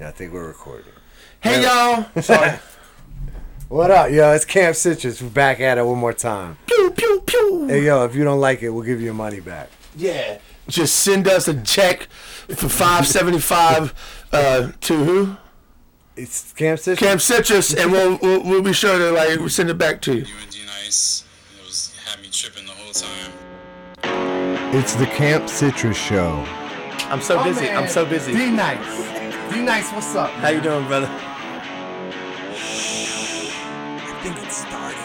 I think we're recording. Hey y'all! Sorry. What up, yo? It's Camp Citrus. We're back at it one more time. pew pew pew. Hey, yo, if you don't like it, we'll give you your money back. Yeah. Just send us a check for five seventy five uh, to who? It's Camp Citrus. Camp Citrus, and we'll, we'll we'll be sure to like send it back to you. You were D nice. It was had me tripping the whole time. it's the Camp Citrus Show. I'm so busy. I'm so busy. D nice. D nice, what's up? How you doing, brother? I think it's starting.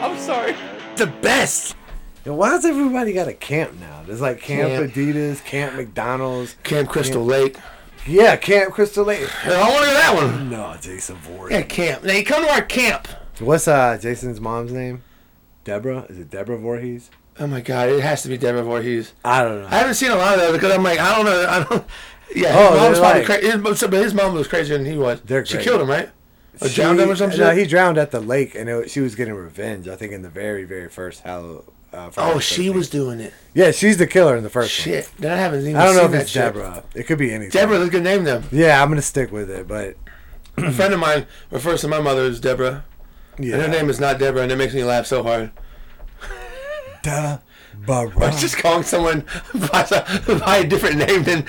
I'm sorry. The best. Yo, why does everybody got a camp now? There's like Camp, Camp. Adidas, Camp McDonald's. Camp Crystal Lake. Yeah, Camp Crystal Lake. Hey, I want to go to that one. No, Jason Voorhees. Yeah, camp. They come to our camp. What's uh Jason's mom's name? Deborah? Is it Deborah Voorhees? Oh my God! It has to be Deborah Voorhees. I don't know. I haven't seen a lot of those because I'm like I don't know. I don't. Yeah, Oh, his mom's they're probably like- crazy. His, but his mom was crazier than he was. They're she great. killed him, right? Or She- drowned him or something. No, he drowned at the lake, and it, she was getting revenge. I think in the very, very first Halloween. Uh, Friday Oh, the she 13th. was doing it. Yeah, she's the killer in the first one. Shit, then I haven't even. I don't know seen if that it's shit. Deborah. It could be anything. Deborah, that's a good name. Them. Yeah, I'm gonna stick with it, but A friend of mine refers to my mother as Deborah, Mm-hmm. yeah. and her name is not Deborah, and it makes me laugh so hard. I was Deborah. just calling someone by, the- by a different name than,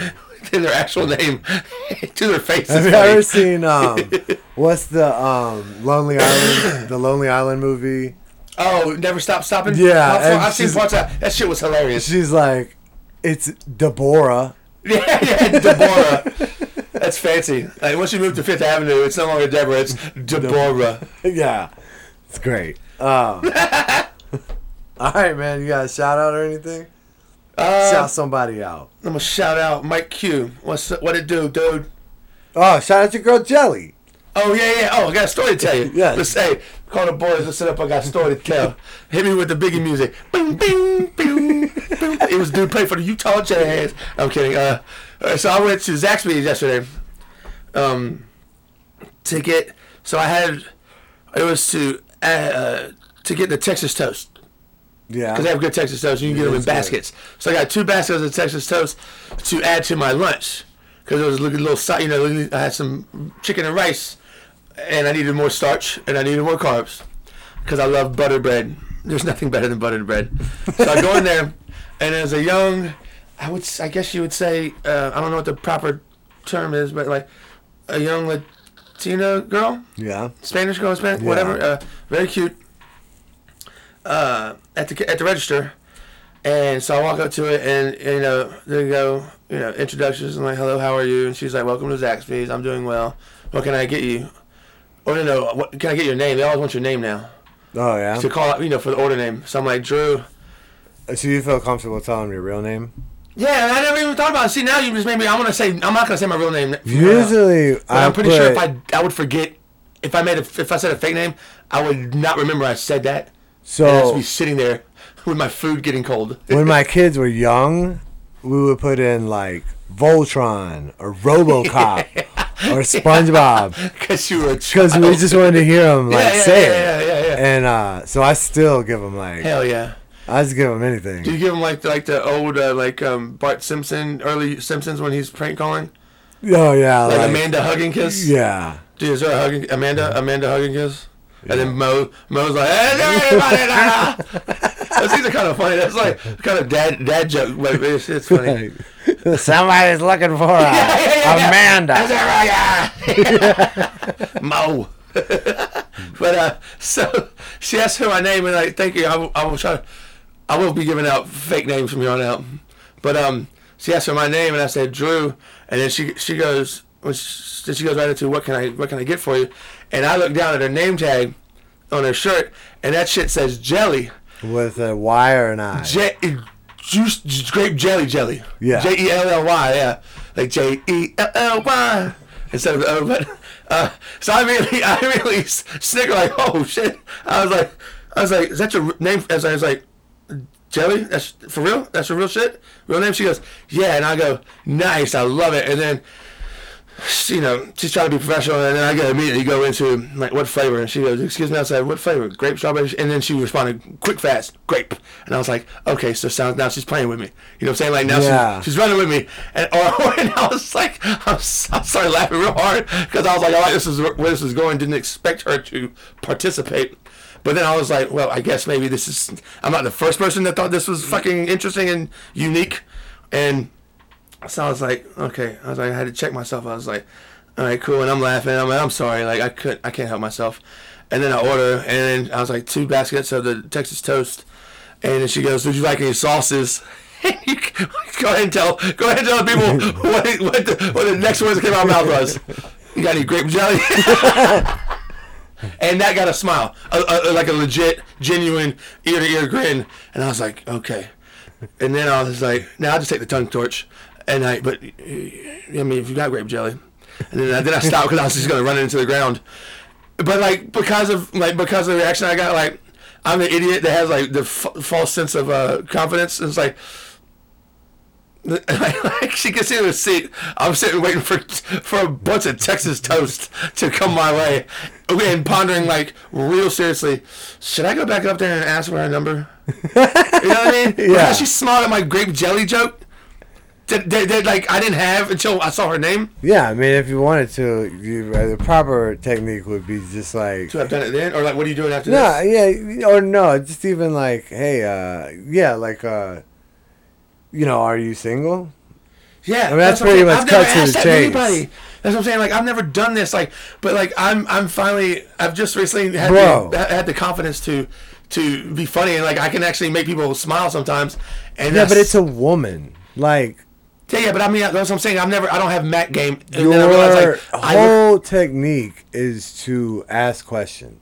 than their actual name to their face. Have is you funny. ever seen um, what's the um Lonely Island, the Lonely Island movie? Oh, never stop stopping. Yeah, I've, and I've seen she's- parts of that. That shit was hilarious. She's like, it's Deborah. Yeah, yeah, Deborah. That's fancy. Like, once you move to Fifth Avenue, it's no longer Deborah, it's Deborah. yeah, it's great. Um, all right, man. You got a shout out or anything? Uh, shout somebody out. I'm gonna shout out Mike Q. What's what it do, dude? Oh, shout out your girl Jelly. Oh yeah, yeah. Oh, I got a story to tell you. Yeah. Let's say, call the boys. Let's sit up. I got a story to tell. Hit me with the Biggie music. Bing, bing, bing, bing. It was dude played for the Utah Jazz. I'm kidding. Uh, all right, so I went to Zaxby's yesterday. Um, to get so I had it was to uh, uh to get the Texas toast. Yeah. Because they have good Texas toast. You can get them in is good. baskets. So I got two baskets of Texas toast to add to my lunch. Because it was looking a little, si- you know, I had some chicken and rice, and I needed more starch and I needed more carbs. Because I love butter bread. There's nothing better than butter bread. So I go in there, and as a young, I would, s- I guess you would say, uh, I don't know what the proper term is, but like a young Latina girl. Yeah. Spanish girl, Spanish, Yeah. whatever. Uh, very cute. Uh, at the at the register, and so I walk up to it, and, and, you know, there you go, you know, introductions and like, hello, how are you? And she's like, welcome to Zaxby's. I'm doing well. What can I get you? Or no, no, what, can I get your name? They always want your name now Oh yeah. to call out, you know, for the order name. So I'm like, Drew. So you feel comfortable telling them your real name? Yeah, I never even thought about it. See, now you just made me. I'm gonna say I'm not gonna say my real name. Usually, But I I'm pretty sure if uh, put- I I would forget if I made a, if I said a fake name, I would not remember I said that. And I'd just so be sitting there with my food getting cold. when my kids were young, we would put in like Voltron or RoboCop or SpongeBob Because you were a because we child. just wanted to hear them like yeah, yeah, say yeah, it. yeah, yeah, yeah. And uh, so I still give them like Hell yeah. I just give them anything. Do you give him like the, like the old uh, like um, Bart Simpson early Simpsons when he's prank calling oh yeah, like, like, Amanda hug and kiss? yeah. Dude, is there a hug and, Amanda Amanda hug and kiss? And then Mo Mo's like, hey, everybody now. That's either kind of funny. That's like kind of dad dad joke, but it's, it's funny. Somebody's looking for us. Yeah, yeah, yeah, yeah. Amanda. That's right, yeah. Mo. but uh, so she asked her my name, and like, thank you. I will, I will try. I will be giving out fake names from here on out. But um, she asked for my name, and I said Drew, and then she she goes, when she, then she goes right into what can I what can I get for you, and I look down at her name tag on her shirt, and that shit says jelly, With a Y or an I. J- juice j- grape jelly jelly. Yeah. J e l l y. Yeah. Like J e l l y instead of the O. But uh, so I really, I really s- snicker like, oh shit. I was like, I was like, is that your r- name? As I was like, jelly. That's for real. That's your real shit. Real name. She goes, yeah. And I go, nice. I love it. And then she, you know, she's trying to be professional, and then I go immediately go into like what flavor, and she goes, "Excuse me," I said, "What flavor? Grape, strawberry?" And then she responded, "Quick, fast, grape." And I was like, "Okay, so sounds now she's playing with me." You know what I'm saying? Like now Yeah. she's, she's running with me, and or and I was like, I, was, I started laughing real hard because I was like, "All right, this is where this is going." Didn't expect her to participate. But then I was like, well, I guess maybe this is. I'm not the first person that thought this was fucking interesting and unique. And so I was like, okay. I was like, I had to check myself. I was like, all right, cool. And I'm laughing. I'm like, I'm sorry. Like I could, I can't help myself. And then I order, and then I was like, two baskets of the Texas toast. And then she goes, "Would you like any sauces?" go ahead and tell, go ahead and tell the people what what the, what the next words that came out of my mouth was. You got any grape jelly? and that got a smile, a, a, like a legit, genuine ear to ear grin. And I was like, okay. And then I was like, now I'll just take the tongue torch. And I, but, uh, I mean, if you got grape jelly. And then I, then I stopped because I was just going to run it into the ground. But, like, because of, like, because of the reaction I got, like, I'm the idiot that has, like, the f- false sense of uh, confidence. And it's like, like she gets in the seat. I'm sitting waiting for for a bunch of Texas toast to come my way, and pondering like real seriously, should I go back up there and ask for her number? you know what I mean? Yeah. Because she smiled at my grape jelly joke that, that, that like I didn't have until I saw her name. Yeah, I mean, if you wanted to, you, uh, the proper technique would be just like. Should I have done it then, or like, what are you doing after No, this? yeah, or no, just even like, hey, uh, yeah, like, uh, you know, are you single? Yeah, I mean, that's pretty much cut to the chase. That's what I'm saying. Like I've never done this. Like, but like I'm I'm finally I've just recently had Bro. the, had the confidence to to be funny and like I can actually make people smile sometimes. And Yeah, that's- but it's a woman. Like, yeah, yeah, but I mean that's what I'm saying. I've never I don't have Matt game. And then I your realized, like, I would- whole technique is to ask questions.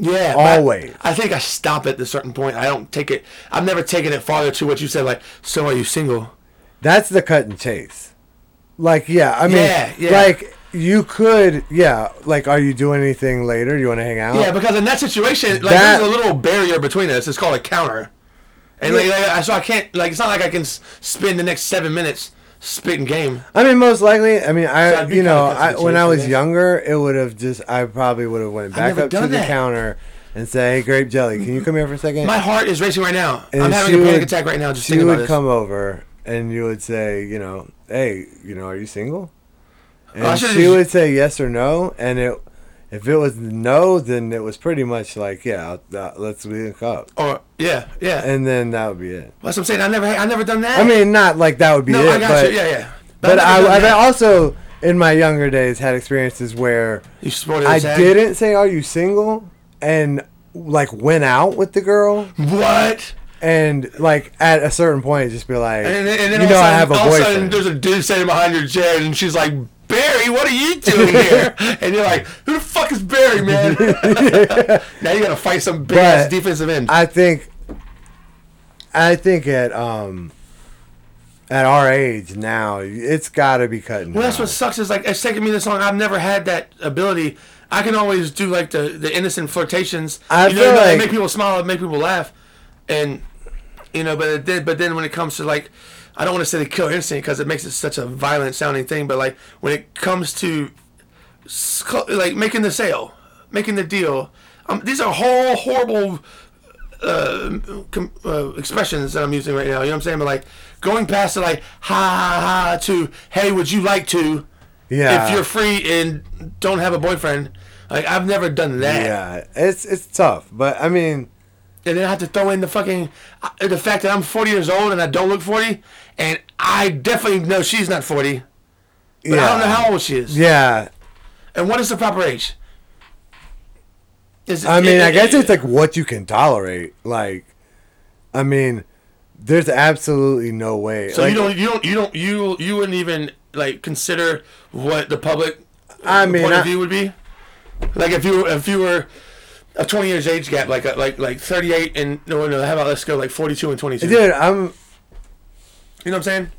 yeah, but I- always. I, think I stop at a certain point. I don't take it. I've never taken it farther to what you said. Like, so are you single? That's the cut and chase. Like, yeah, I mean, Yeah, yeah. like, you could, yeah, like, are you doing anything later? You want to hang out? Yeah, because in that situation, like That- there's a little barrier between us. It's called a counter, and like, like, I- so I can't like it's not like I can s- spend the next seven minutes spitting game. I mean, most likely. I mean, I I'd be you know, kinda cut I, to the when chase, I I was guess. younger, it would have just I probably would have went back never up to done the that. counter and say, "Hey, grape jelly, can you come here for a second? My heart is racing right now. And I'm having a she panic would- attack right now just She thinking would about this. come over and you would say, you know, "Hey, you know, are you single?" And Oh, I should've she just- would say yes or no, and it if it was no, then it was pretty much like, "Yeah, I'll, uh, let's link up," Or yeah, yeah. and then that would be it. That's what I'm saying. I never, I never done that. I mean, not like that would be no, it, I got but you. Yeah, yeah. but I've I, never done I've that. also in my younger days had experiences where. you sported I his head. didn't say are you single and like went out with the girl What? and like at a certain point just be like And then, and then you all, know of I a have sudden, a all of a sudden, boyfriend. there's a dude sitting behind your chair, and she's like, "Barry, what are you doing here?" and you're like, "Who the fuck is Barry, man?" now you gotta fight some big ass But defensive end. I think I think at um at our age now it's got to be cutting. well, that's what sucks is like it's taken me this long. I've never had that ability. I can always do like the the innocent flirtations. I you feel know, like- make people smile, make people laugh, and you know. But it did, but then when it comes to like, I don't want to say the killer instinct because it makes it such a violent sounding thing. But like when it comes to s- co- like making the sale, making the deal, um, these are whole horrible uh, com- uh, expressions that I'm using right now. You know what I'm saying? But like going past the like ha ha ha to hey, would you like to? yeah. if you're free and don't have a boyfriend. Like I've never done that, yeah, it's it's tough, but I mean, and then I have to throw in the fucking uh, the fact that I'm 40 years old and I don't look 40, and I definitely know she's not 40. But yeah, I don't know how old she is. yeah. And what is the proper age? Is, I mean, I guess it- it's like what you can tolerate. Like, I mean, there's absolutely no way. So like, you don't you don't you don't you you wouldn't even like consider what the public uh, I mean, point I- of view would be? Like if you if you were a twenty years age gap, like uh, like like thirty eight and no no how about let's go like forty two and twenty two. You know dude. I'm what I'm saying?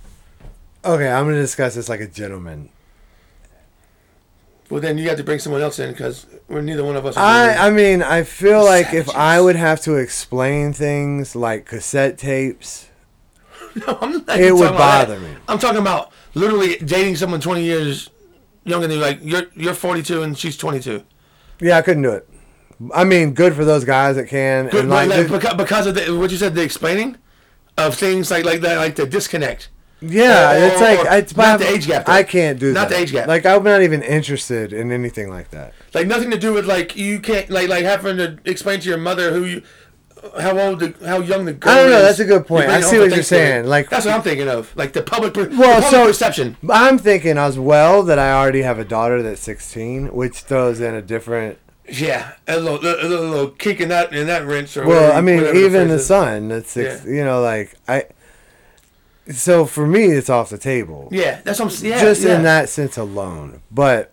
Okay, I'm gonna discuss this like a gentleman. Well then you got to bring someone else in because we're neither one of us. are I I mean, I feel like if I Savages. would have to explain things like cassette tapes, I'm not It even would talking about bother that. me. I'm talking about literally dating someone 20 years younger than you. Like you're you're 42 and she's 22. Yeah, I couldn't do it. I mean, good for those guys that can. Good, and but, like, like, this- beca- because of the, what you said, the explaining of things like like that, like the disconnect. yeah, or- it's like or- it's Oh, not my- the age gap, though. I can't do Not that. the age gap. Like I'm not even interested in anything like that. like nothing to do with like you can't like like having to explain to your mother who you how old the, how young the girl I don't know, is. that's a good point. You bring I it see home for what you're Thanksgiving. saying, like- that's what I'm thinking of. Like the public, per- Well, the public so- perception. I'm thinking as well that I already have a daughter that's 16, which throws in a different. Yeah, a little, a little, a little kick in that in that wrench. Or Well, whatever- I mean, whatever even phrase the is. son that's six, Yeah. you know, like I. So for me, it's off the table. Yeah, that's what I'm. Yeah, Just yeah. in that sense alone, but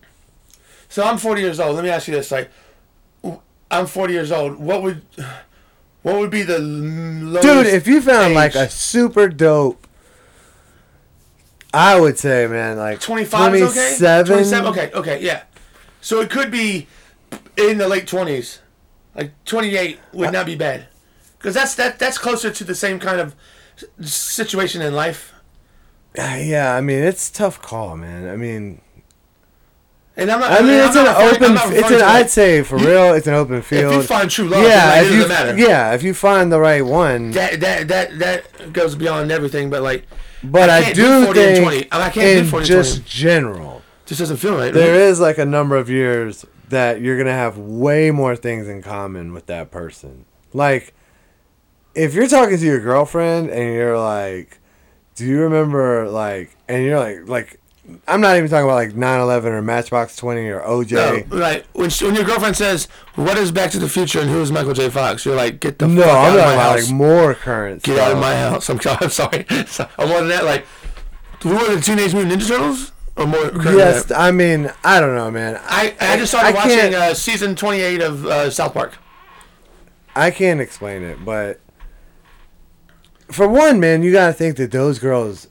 So I'm 40 years old. Let me ask you this: like, w- I'm 40 years old. What would, what would be the lowest? dude, if you found like age. a super dope, I would say, man, like 25 is okay? 27? 27? Okay, okay, yeah. So it could be in the late 20s. Like 28 would not be bad. Cuz that's that that's closer to the same kind of s- situation in life. Yeah, I mean, it's a tough call, man. I mean, And I'm not I mean, I'm it's an not referring- I'm open. not It's referring an. to I'd it. say for real, it's an open if field. you find true love, yeah, yeah, like, if it you, doesn't matter. yeah, if you find the right one. That that that that goes beyond everything but like but I, can't do 40 and think 20. I can't do in 40 and Mm-hmm. just 20. general, Just doesn't feel right. there is like a number of years that you're gonna have way more things in common with that person. Like, if you're talking to your girlfriend and you're like, "Do you remember like?" and you're like, like. I'm not even talking about like 9/11 or Matchbox 20 or OJ. no, right. When, she, when your girlfriend says, "What is Back to the Future and who is Michael J. Fox?" You're like, "Get the No, fuck out I'm of not my about house." like more current. Get stuff. out of my house. I'm, I'm sorry. So- I'm more than that. Like, who are the Teenage Mutant Ninja Turtles? Or more? current Yes, than that? I mean I don't know, man. I I, I just started I watching can't- uh, season 28 of uh, South Park. I can't explain it, but for one, man, you gotta think that those girls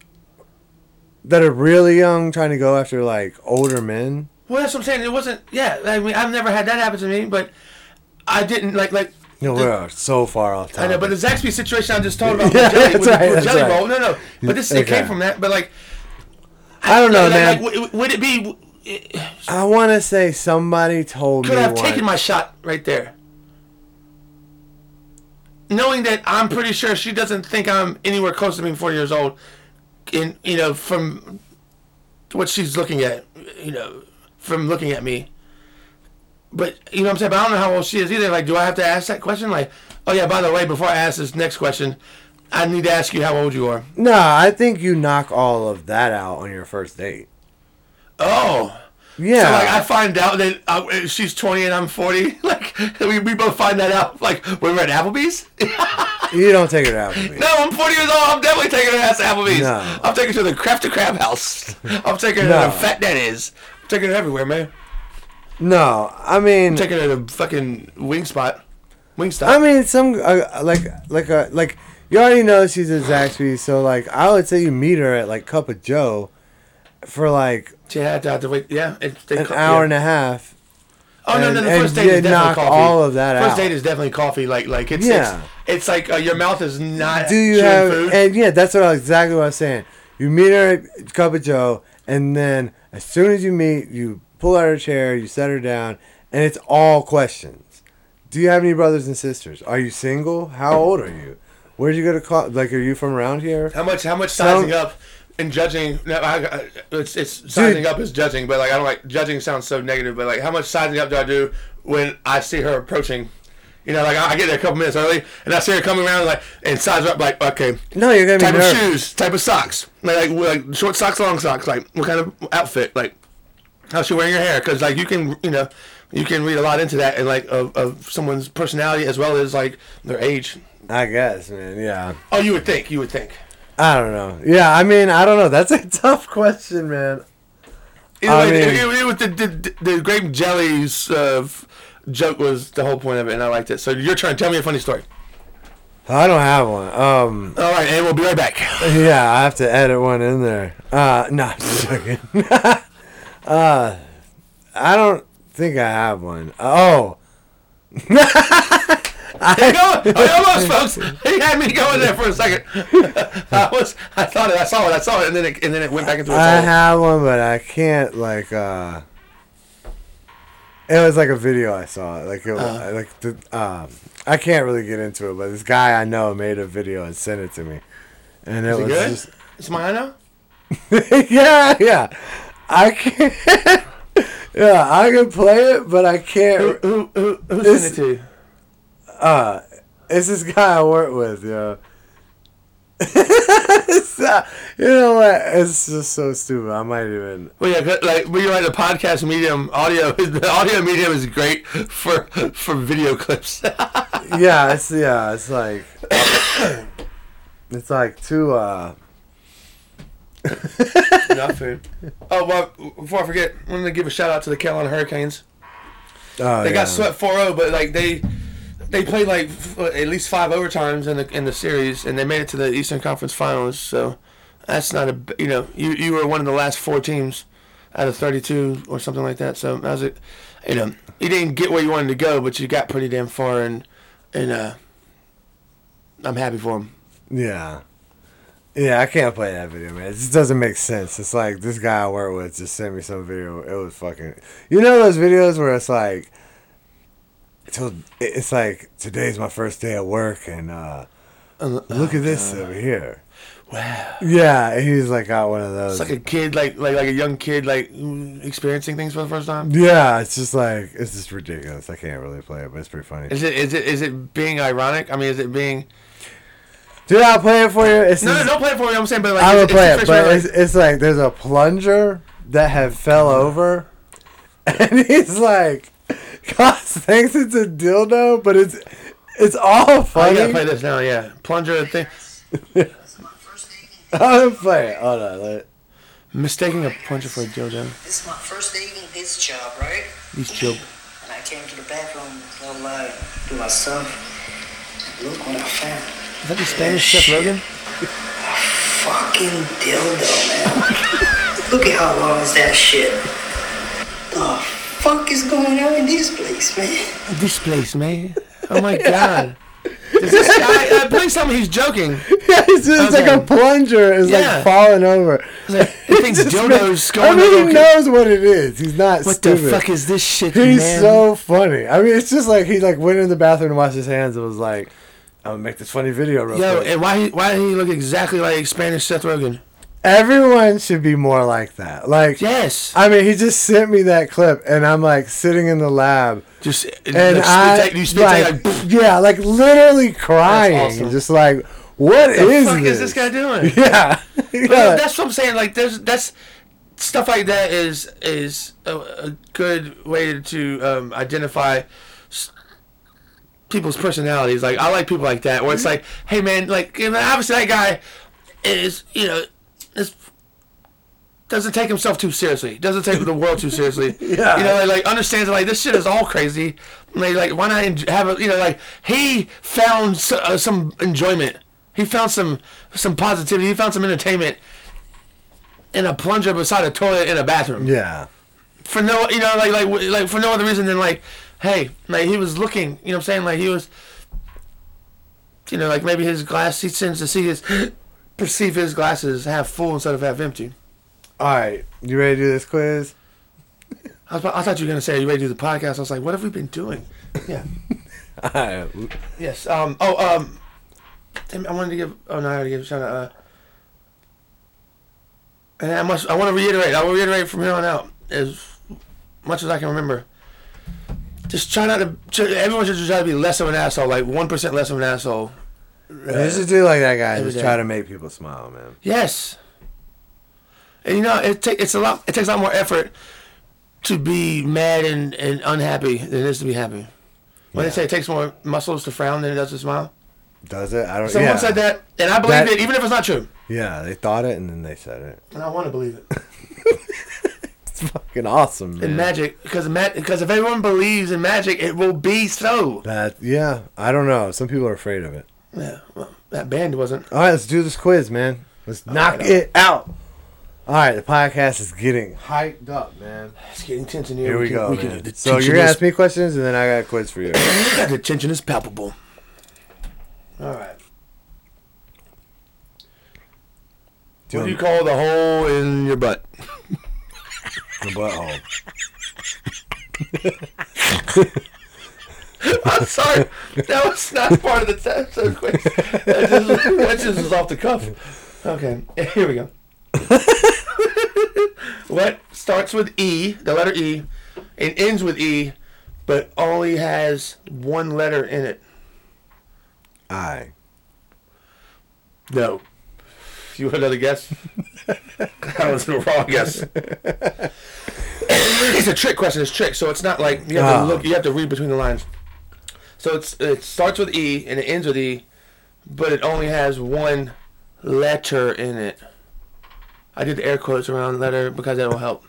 that are really young trying to go after like older men. Well, that's what I'm saying. It wasn't. Yeah, I mean, I've never had that happen to me, but I didn't like like. You know, we are so far off I topic. know, but the Zaxby situation I just told about Yeah, with Jelly, that's with, right, with that's jelly right. Roll. No, no, but this it Okay. came from that. But like, I don't know, like, man. like, w- would it be? I want to say somebody told Could me I have once- taken my shot right there, knowing that I'm pretty sure she doesn't think I'm anywhere close to being 40 years old. In you know from what she's looking at, you know, from looking at me. But you know what I'm saying. But I don't know how old she is either. Like, do I have to ask that question? Like, oh yeah. By the way, before I ask this next question, I need to ask you how old you are. No, I think you knock all of that out on your first date. Oh. So like I Yeah, find out that uh, she's 20 and I'm 40. Like we, we both find that out like when we're at Applebee's. you don't take it out. me. No, I'm 40 years old. I'm definitely taking her ass to Applebee's. No. I'm taking her to the Craft to Crab House. I'm taking her No. to Fat Daddy's. I'm taking her everywhere, man. No, I mean, I'm taking her to fucking Wing Spot. Wing Stop. I mean, some uh, like like uh, like you already know she's at Zaxby's, so like I would say you meet her at like Cup of Joe for like she had to, have to wait. Yeah. It, they an co- hour yeah. and a half. Oh, no, no, and- the and first date you is definitely knock coffee. all of that first out. date is definitely coffee. Like, like it's, Yeah. it's, it's like uh, your mouth is not Do you chewing have? food. And yeah, that's what I, exactly what I was saying. You meet her at Cup of Joe, and then as soon as you meet, you pull out her chair, you set her down, and it's all questions. Do you have any brothers and sisters? Are you single? How old are you? Where'd you go to college? Like, are you from around here? How much? How much Some- sizing up and judging? No, I, I- it's it's sizing up is judging, but like I don't like judging sounds so negative. But like, how much sizing up do I do when I see her approaching? You know, like I, I get there a couple minutes early and I see her coming around like and size up like okay. No, you're gonna be Type of nervous. shoes, type of socks, like, like like short socks, long socks, like what kind of outfit, like how's she wearing her hair? Because like you can you know you can read a lot into that and like of, of someone's personality as well as like their age. I guess, man. Yeah. Oh, you would think, you would think. I don't know. Yeah, I mean, I don't know. That's a tough question, man. Either I way, mean- it, it, it was the, the, the grape jellies uh, f- joke was the whole point of it, and I liked it. So you're trying to tell me a funny story. I don't have one. Um, All right, and we'll be right back. yeah, I have to edit one in there. Uh, no, I'm just joking. uh, I don't think I have one. Oh, I, know, I almost, folks. He had me going there for a second. I was, I thought it, I saw it, I saw it, and then it, and then it went back into its I hole. have one, but I can't like. uh It was like a video I saw. Like it, was Uh-huh. like the. Um, I can't really get into it, but this guy I know made a video and sent it to me, and it Is it was good? just It's mine now. yeah, yeah. I can't. yeah, I can play it, but I can't. Who, who, who This- sent it to you? Uh, it's this guy I work with, yo. it's, uh, you know what? It's just so stupid. I might even. Well, yeah, good- like we are in the podcast medium. Audio, the audio medium is great for for video clips. Yeah, it's yeah, it's like. it's like two. Uh, Not food. Oh well, before I forget, I'm gonna give a shout out to the Carolina Hurricanes. oh, They yeah. got swept 4-0, but like they they played like f- uh, at least five overtimes in the in the series, and they made it to the Eastern Conference Finals. So that's not a b- you know you you were one of the last four teams out of 32 or something like that. So that was it. You know you didn't get where you wanted to go, but you got pretty damn far, and and uh, I'm happy for them. Yeah. Yeah, I can't play that video, man. It just doesn't make sense. It's like this guy I work with just sent me some video. It was fucking. You know those videos where it's like, till it's like today's my first day at work, and uh, Oh, look at this over here. Wow. Yeah, and he's like got one of those. It's like a kid, like like like a young kid, like mm, experiencing things for the first time. yeah, it's just like it's just ridiculous. I can't really play it, but it's pretty funny. Is it is it is it being ironic? I mean, is it being Dude, I'll play it for you. It's no, just- no, don't play it for me. I'm saying, but like, I would it's- play it's it, the but first it's, it's like there's a plunger that had fell over, and he's like, "God, thanks, it's a dildo," but it's it's all one. I funny. gotta Oh, play this now. Yeah, plunger thing, That's my first day. I'm gonna play it. Hold on, let- mistaking a plunger for a dildo. This is my first day in his job, right? These joke. And I came to the bathroom, no lie, to myself. Look what I found. Is that the Spanish Seth Rogen? Fucking dildo, man. Look at how long is that shit. The fuck is going on in this place, man? This place, man. Oh my god. Does this guy? Uh, please tell me he's joking. Yeah, it's, just Okay. like a plunger is Yeah. like falling over. Like, he thinks It's just dildos ma- I going. mean, over- he knows what it is. He's not What the stupid. fuck is this shit, He's man? so funny. I mean, it's just like he like went in the bathroom and washed his hands and was like, "I'm gonna make this funny video real Yo, quick." and why he why he look exactly like Spanish Seth Rogen? Everyone should be more like that. Like, Yes. I mean, he just sent me that clip, and I'm like sitting in the lab, Just and like, I spit- you spit like, like, yeah, like literally crying, That's awesome. just like, what is the fuck this? is this guy doing? Yeah, Well, yeah, that's what I'm saying. Like, there's that's stuff like that is is a, a good way to um, identify s- people's personalities. Like, I like people like that, where it's like, hey man, like you know, obviously that guy is you know is doesn't take himself too seriously. Doesn't take the world too seriously. Yeah. You know, like, like understands like this shit is all crazy. Like, like why not en- have a you know like he found so, uh, some enjoyment. He found some some positivity. He found some entertainment in a plunger beside a toilet in a bathroom. yeah, For no you know like like w- like for no other reason than like hey like he was looking you know what I'm saying like he was you know like maybe his glass he tends to see his perceive his glasses half full instead of half empty. All right, you ready to do this quiz? I, was, about- I thought you were gonna say, "Are you ready to do the podcast?" I was like, "What have we been doing?" Yeah. All right, yes. Um. Oh. Um. damn, I wanted to give. Oh no! I already gave a shout out. Uh, and I must. I want to reiterate. I will reiterate from here on out as much as I can remember. Just try not to. tr- Everyone should just try to be less of an asshole. Like one percent less of an asshole. you should do like that guy. Every Just day. try to make people smile, man. Yes. And you know, it ta- it's a lot. It takes a lot more effort to be mad and, and unhappy than it is to be happy. When they say it takes more muscles to frown than it does to smile, Does it? I don't. someone yeah. said that, and I believe That- it, even if it's not true. Yeah, they thought it and then they said it. And I want to believe it. It's fucking awesome, man. In magic, because because if everyone believes in magic, it will be so. that yeah, I don't know. Some people are afraid of it. Yeah, well, that band wasn't. All right, let's do this quiz, man. Let's knock right, it out. All right, the podcast is getting hyped up, man. It's getting tense in here. Here we can- go, can- man. the So tension you're gonna is- ask me questions, and then I got a quiz for you. the tension is palpable. All right. What do you call the hole in your butt? The butthole. I'm sorry. That was not part of the test. That, quick. that, just, that just was off the cuff. Okay, here we go. what starts with E, the letter E, and ends with E, but only has one letter in it? I. No. You want another guess? that was the wrong guess. it's a trick question. It's trick, so it's not like you have Ah. to look. You have to read between the lines. So it's it starts with E and it ends with E, but it only has one letter in it. I did the air quotes around letter because that will help.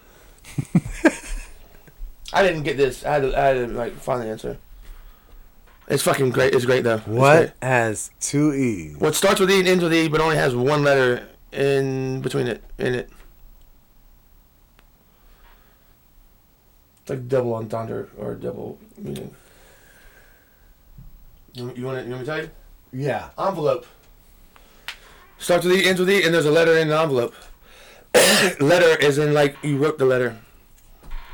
I didn't get this. I had to, I had to like find the answer. It's fucking great. It's great though. It's great. What has two E's? What starts with E and ends with E, but only has one letter in between it in it. It's like double entendre or double meaning. You, you want to? You want me to tell you? Yeah. Envelope. Starts with E, ends with E, and there's a letter in the envelope. letter is in like you wrote the letter.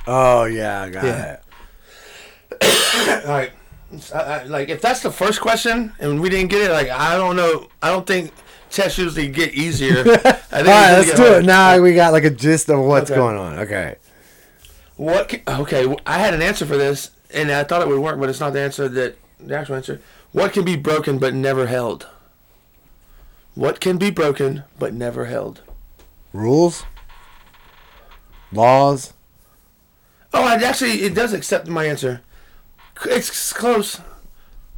Oh, yeah, I got Yeah. it. All right. I, I, like if that's the first question and we didn't get it, like I don't know. I don't think tests usually get easier. I All think right, it's gonna let's get do harder. it. Now we got like a gist of what's Okay. going on. Okay. What? Can, okay, wh- I had an answer for this, and I thought it would work, but it's not the answer that the actual answer. What can be broken but never held? What can be broken but never held? Rules? Laws? Oh, I actually it does accept my answer. C- It's close.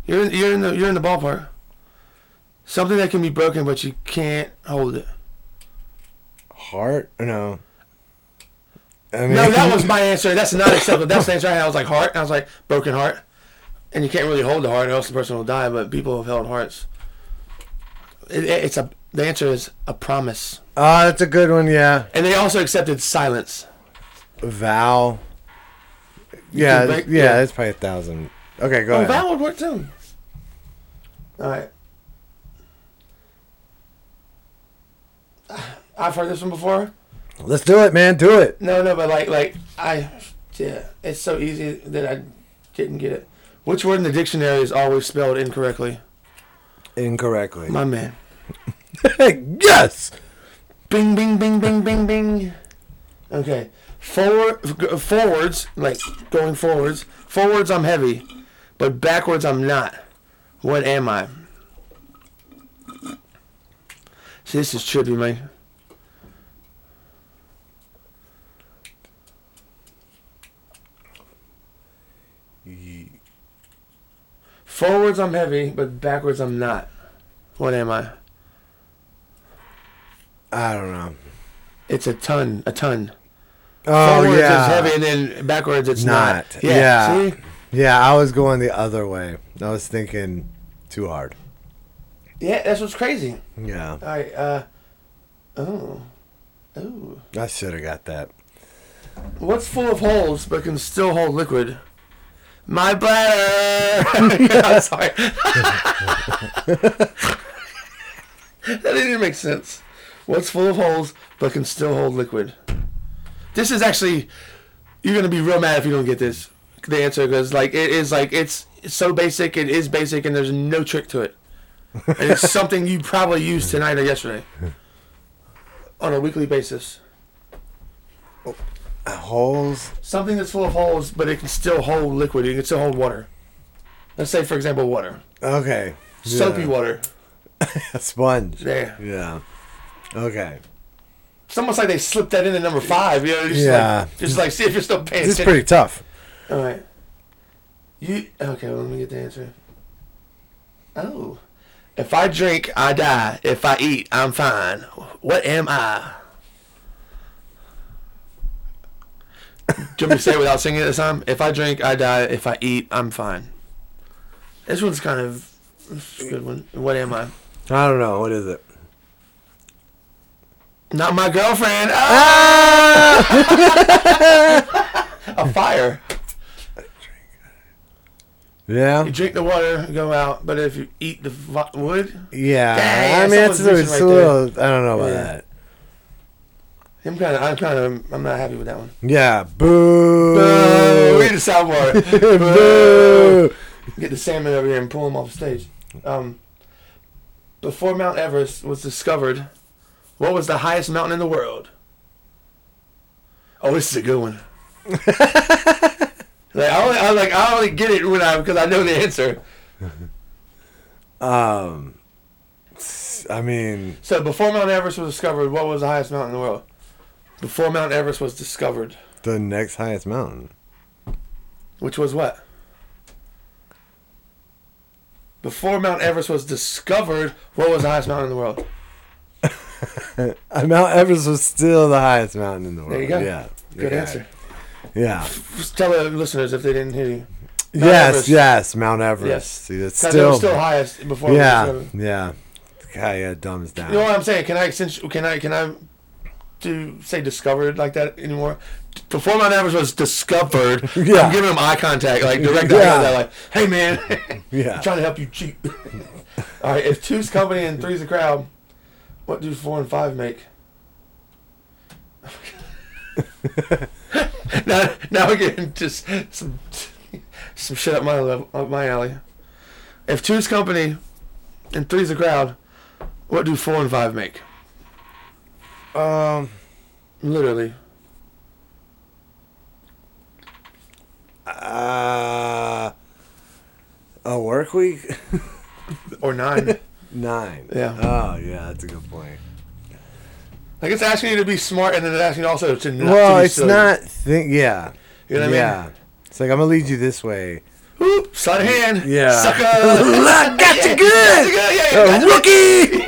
You're in, you're in the you're in the ballpark. Something that can be broken but you can't hold it. Heart? No. I mean, No, that was my answer. That's not acceptable. That's the answer I had. I was like heart. and I was like broken heart, and you can't really hold the heart, or else the person will die. But people have held hearts. It, it- it's a the answer is a promise, Oh, that's a good one, yeah. and they also accepted silence. Vow. Yeah, can break- yeah, yeah. that's probably a thousand. Okay, go Oh, ahead. that would work too. All right. I've heard this one before. Let's do it, man. Do it. No, no, but like, like I, yeah, it's so easy that I didn't get it. Which word in the dictionary is always spelled incorrectly? Incorrectly. My man. yes. Bing, bing, bing, bing, bing, bing. Okay. Forward, g- forwards, like going forwards. Forwards, I'm heavy, but backwards, I'm not. What am I? See, this is trippy, man. Forwards, I'm heavy, but backwards, I'm not. What am I? I don't know. It's a ton, a ton. Oh forwards yeah. is heavy and then backwards it's not. Not. Yeah. Yeah. See? Yeah, I was going the other way. I was thinking too hard. Yeah, that's what's crazy. Yeah, All right. Uh, oh. Ooh. I should have got that. What's full of holes but can still hold liquid? My bladder. I'm sorry. that didn't even make sense. What's full of holes but can still hold liquid? This is actually you're gonna be real mad if you don't get this. The answer because like it is like it's, it's so basic. It is basic and there's no trick to it. And it's something you probably used tonight or yesterday on a weekly basis. Holes. Something that's full of holes, but it can still hold liquid. It can still hold water. Let's say, for example, water, Okay. soapy Yeah. water. A sponge. Yeah. Yeah. Okay. It's almost like they slipped that in at number five. You know, just Yeah. Like, just like see if you're still paying This is attention. pretty tough. All right. You okay? Well, let me get the answer. Oh, if I drink, I die. If I eat, I'm fine. What am I? Do you want me to say it without singing it this time? If I drink, I die. If I eat, I'm fine. This one's kind of this is a good one. What am I? I don't know. What is it? Not my girlfriend. Ah! Ah! A fire. Yeah. You drink the water, go out, but if you eat the vo- wood, Yeah. Yeah, I mean, it's, someone's a- reaching it's right a there. little. I don't know about Yeah. that. I'm kind of, I'm kind of, I'm not happy with that one. Yeah. Boo. Boo! We need a soundboard. Boo! Boo. Get the salmon over here and pull him off stage. Um, before Mount Everest was discovered, what was the highest mountain in the world? Oh, this is a good one. like I only, I like I only get it when I because I know the answer. Um. s- I mean, So before Mount Everest was discovered, what was the highest mountain in the world? Before Mount Everest was discovered, the next highest mountain. which was what? Before Mount Everest was discovered, what was the highest mountain in the world? Uh, Mount Everest was still the highest mountain in the world. There you go. Yeah. Good Yeah. answer. Yeah. Just tell the listeners if they didn't hear you. Mount yes. Everest. Yes. Mount Everest. Yes. See, that's 'Cause they were still. still highest before. we yeah. discovered. Yeah. Guy yeah, dumbs down. You know what I'm saying? Can I accentu- can I can I do say discovered like that anymore? Before Mount Everest was discovered, Yeah. I'm giving them eye contact, like direct eye Yeah. contact, like, "Hey man, Yeah. I'm trying to help you cheat." All right, if two's company and three's a crowd, what do four and five make? now, now we're getting just some some shit up my level, up my alley. If two's company and three's a crowd, what do four and five make? Um, Literally. uh, a work week? Or nine. Nine. Yeah. Oh, yeah, that's a good point. like it's asking you to be smart and then it's asking you also to not to well, be it's silly. not. Think. Yeah. You know what I yeah. It's like I'm gonna lead you this way. mean? Oop, sleight of hand. Yeah. Sucker. I got you Got good, you good,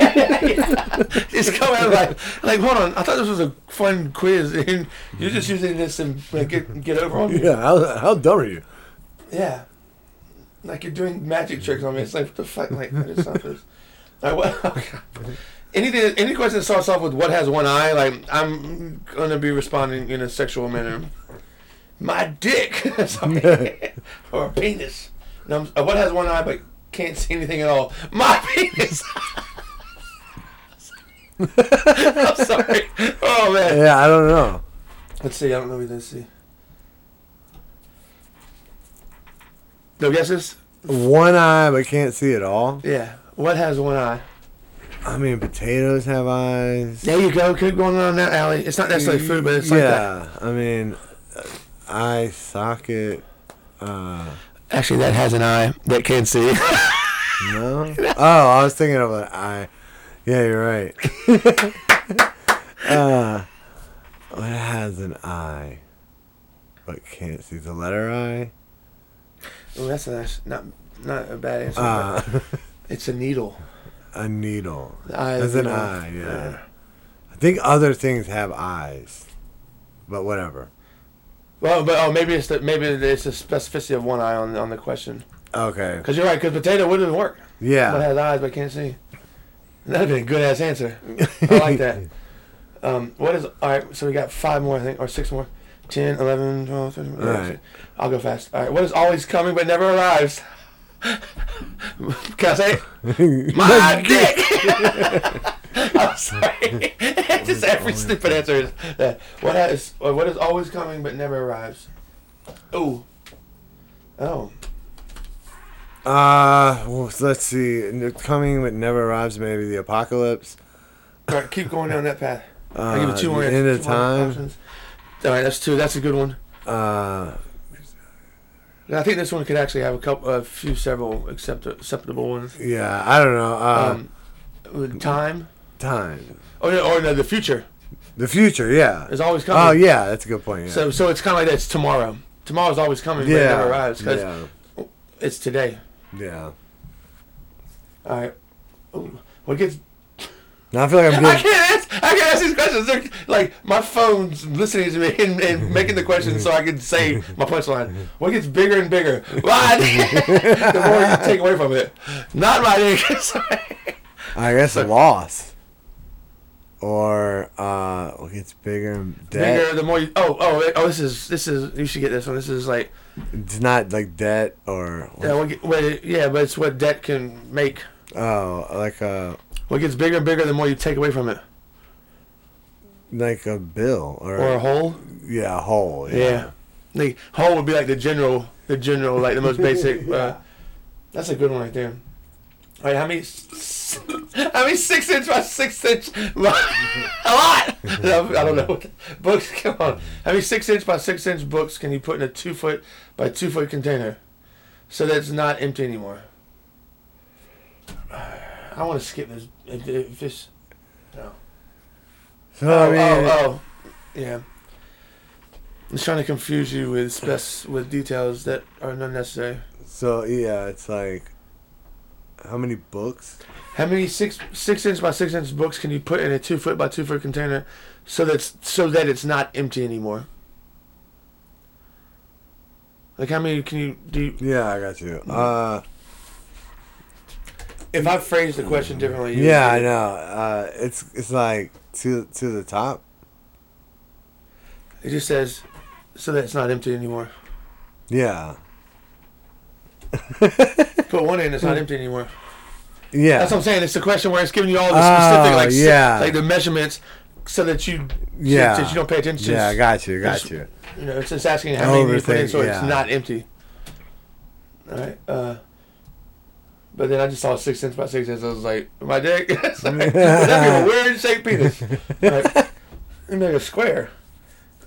a yeah, yeah, got you. rookie. It's coming out like, like, hold on. I thought this was a fun quiz, and you're just using this and like, get get over on me. yeah. How, how dumb are you? Yeah. Like you're doing magic tricks on me. It's like what the fuck? Like that is not this. Like, what? oh, Anything? Any question that starts off with "What has one eye?" Like I'm gonna be responding in a sexual manner. My dick, Sorry. or penis. No, I'm- uh, what has one eye but can't see anything at all? My penis. I'm sorry. Oh man. Yeah, I don't know. Let's see. I don't know. Let's see. No guesses. One eye, but can't see it all. Yeah. What has one eye? I mean, potatoes have eyes. There you go. Keep going on that alley. It's not necessarily food, but it's like that. yeah. I mean, uh, eye socket. Uh, Actually, that has an eye that can see. no. Oh, I was thinking of an eye. Yeah, you're right. uh, what has an eye, but can't see the letter I? oh, that's a nice, not not a bad answer. Uh, but it's a needle. a needle. The eye As of an the needle. eye, yeah. I think other things have eyes, but whatever. Well, but oh, maybe it's the maybe it's the specificity of one eye on on the question. Okay. Because you're right. Because potato wouldn't work. What Yeah. has eyes but can't see? That'd be a good ass answer. I like that. Um, what is all right? So we got five more, I think, or six more. 10, 11, 12, 13. All right. I'll go fast. All right. What is always coming but never arrives? Can I say it? My dick. I'm sorry. Just every stupid answer is that. What has or what is always coming but never arrives? Oh. Oh. Uh, well, so let's see. N- Coming but never arrives. Maybe the apocalypse. All right, keep going down that path. I'll give Uh, you two more the answers. end of two more time. options. All right, that's two. That's a good one. Uh, And I think this one could actually have a couple, a few, several accept- acceptable ones. yeah. I don't know. Uh, Um, with time. time. Oh no, or no, the future The future. Yeah. is always coming. Oh yeah, that's a good point. Yeah. So so it's kind of like that. It's tomorrow. Tomorrow's always coming, but it never yeah. arrives because Yeah. it's today. Yeah. All right. Ooh, What gets? Now I feel like I'm I getting. can't ask. I can't ask these questions. They're, like my phone's listening to me and, and making the questions so I can say my punchline. What gets bigger and bigger? My dick. the more you take away from it. Not my dick. Sorry. I guess a loss. or uh, it gets bigger. and Debt. Bigger, the more you. Oh, oh, oh! This is this is. You should get this one. This is like, It's not like debt or yeah, what, get- what it- yeah, but it's what debt can make. oh, like a What gets bigger and bigger, the more you take away from it, like a bill or, or a hole. yeah, a hole. Yeah, the hole would be like the general, the general, like the most basic. uh, that's a good one right there. All right, how many? s- How many six inch by six inch? lo- a lot. No, I don't know. What the, books, come on. How many six inch by six inch books can you put in a two foot by two foot container, so that it's not empty anymore? I want to skip this. If, if this So Oh, I mean, oh, oh, yeah. It's trying to confuse you with spec- with details that are not necessary. so yeah, it's like how many books? How many six six inch by six inch books can you put in a two foot by two foot container, so that's so that it's not empty anymore? Like how many can you do? You, Yeah, I got Mm-hmm. you. Uh, if I phrase the question differently, you yeah, I would- know. Uh, it's it's like to to the top. It just says, so that it's not empty anymore. Yeah, Put one in, it's not empty anymore. yeah. That's what I'm saying. It's the question where it's giving you all the Oh, specific, like, si- yeah. like the measurements, so that you, Yeah. so that you don't pay attention. to- yeah, I got you, got Just- you. you know, it's just asking how many you put in, Overthink, so it's yeah. not empty. All right. Uh, but then I just saw six inch by six inch. I was like, my dick. It's like, That'd be a weird shaped penis. Like, you make a square.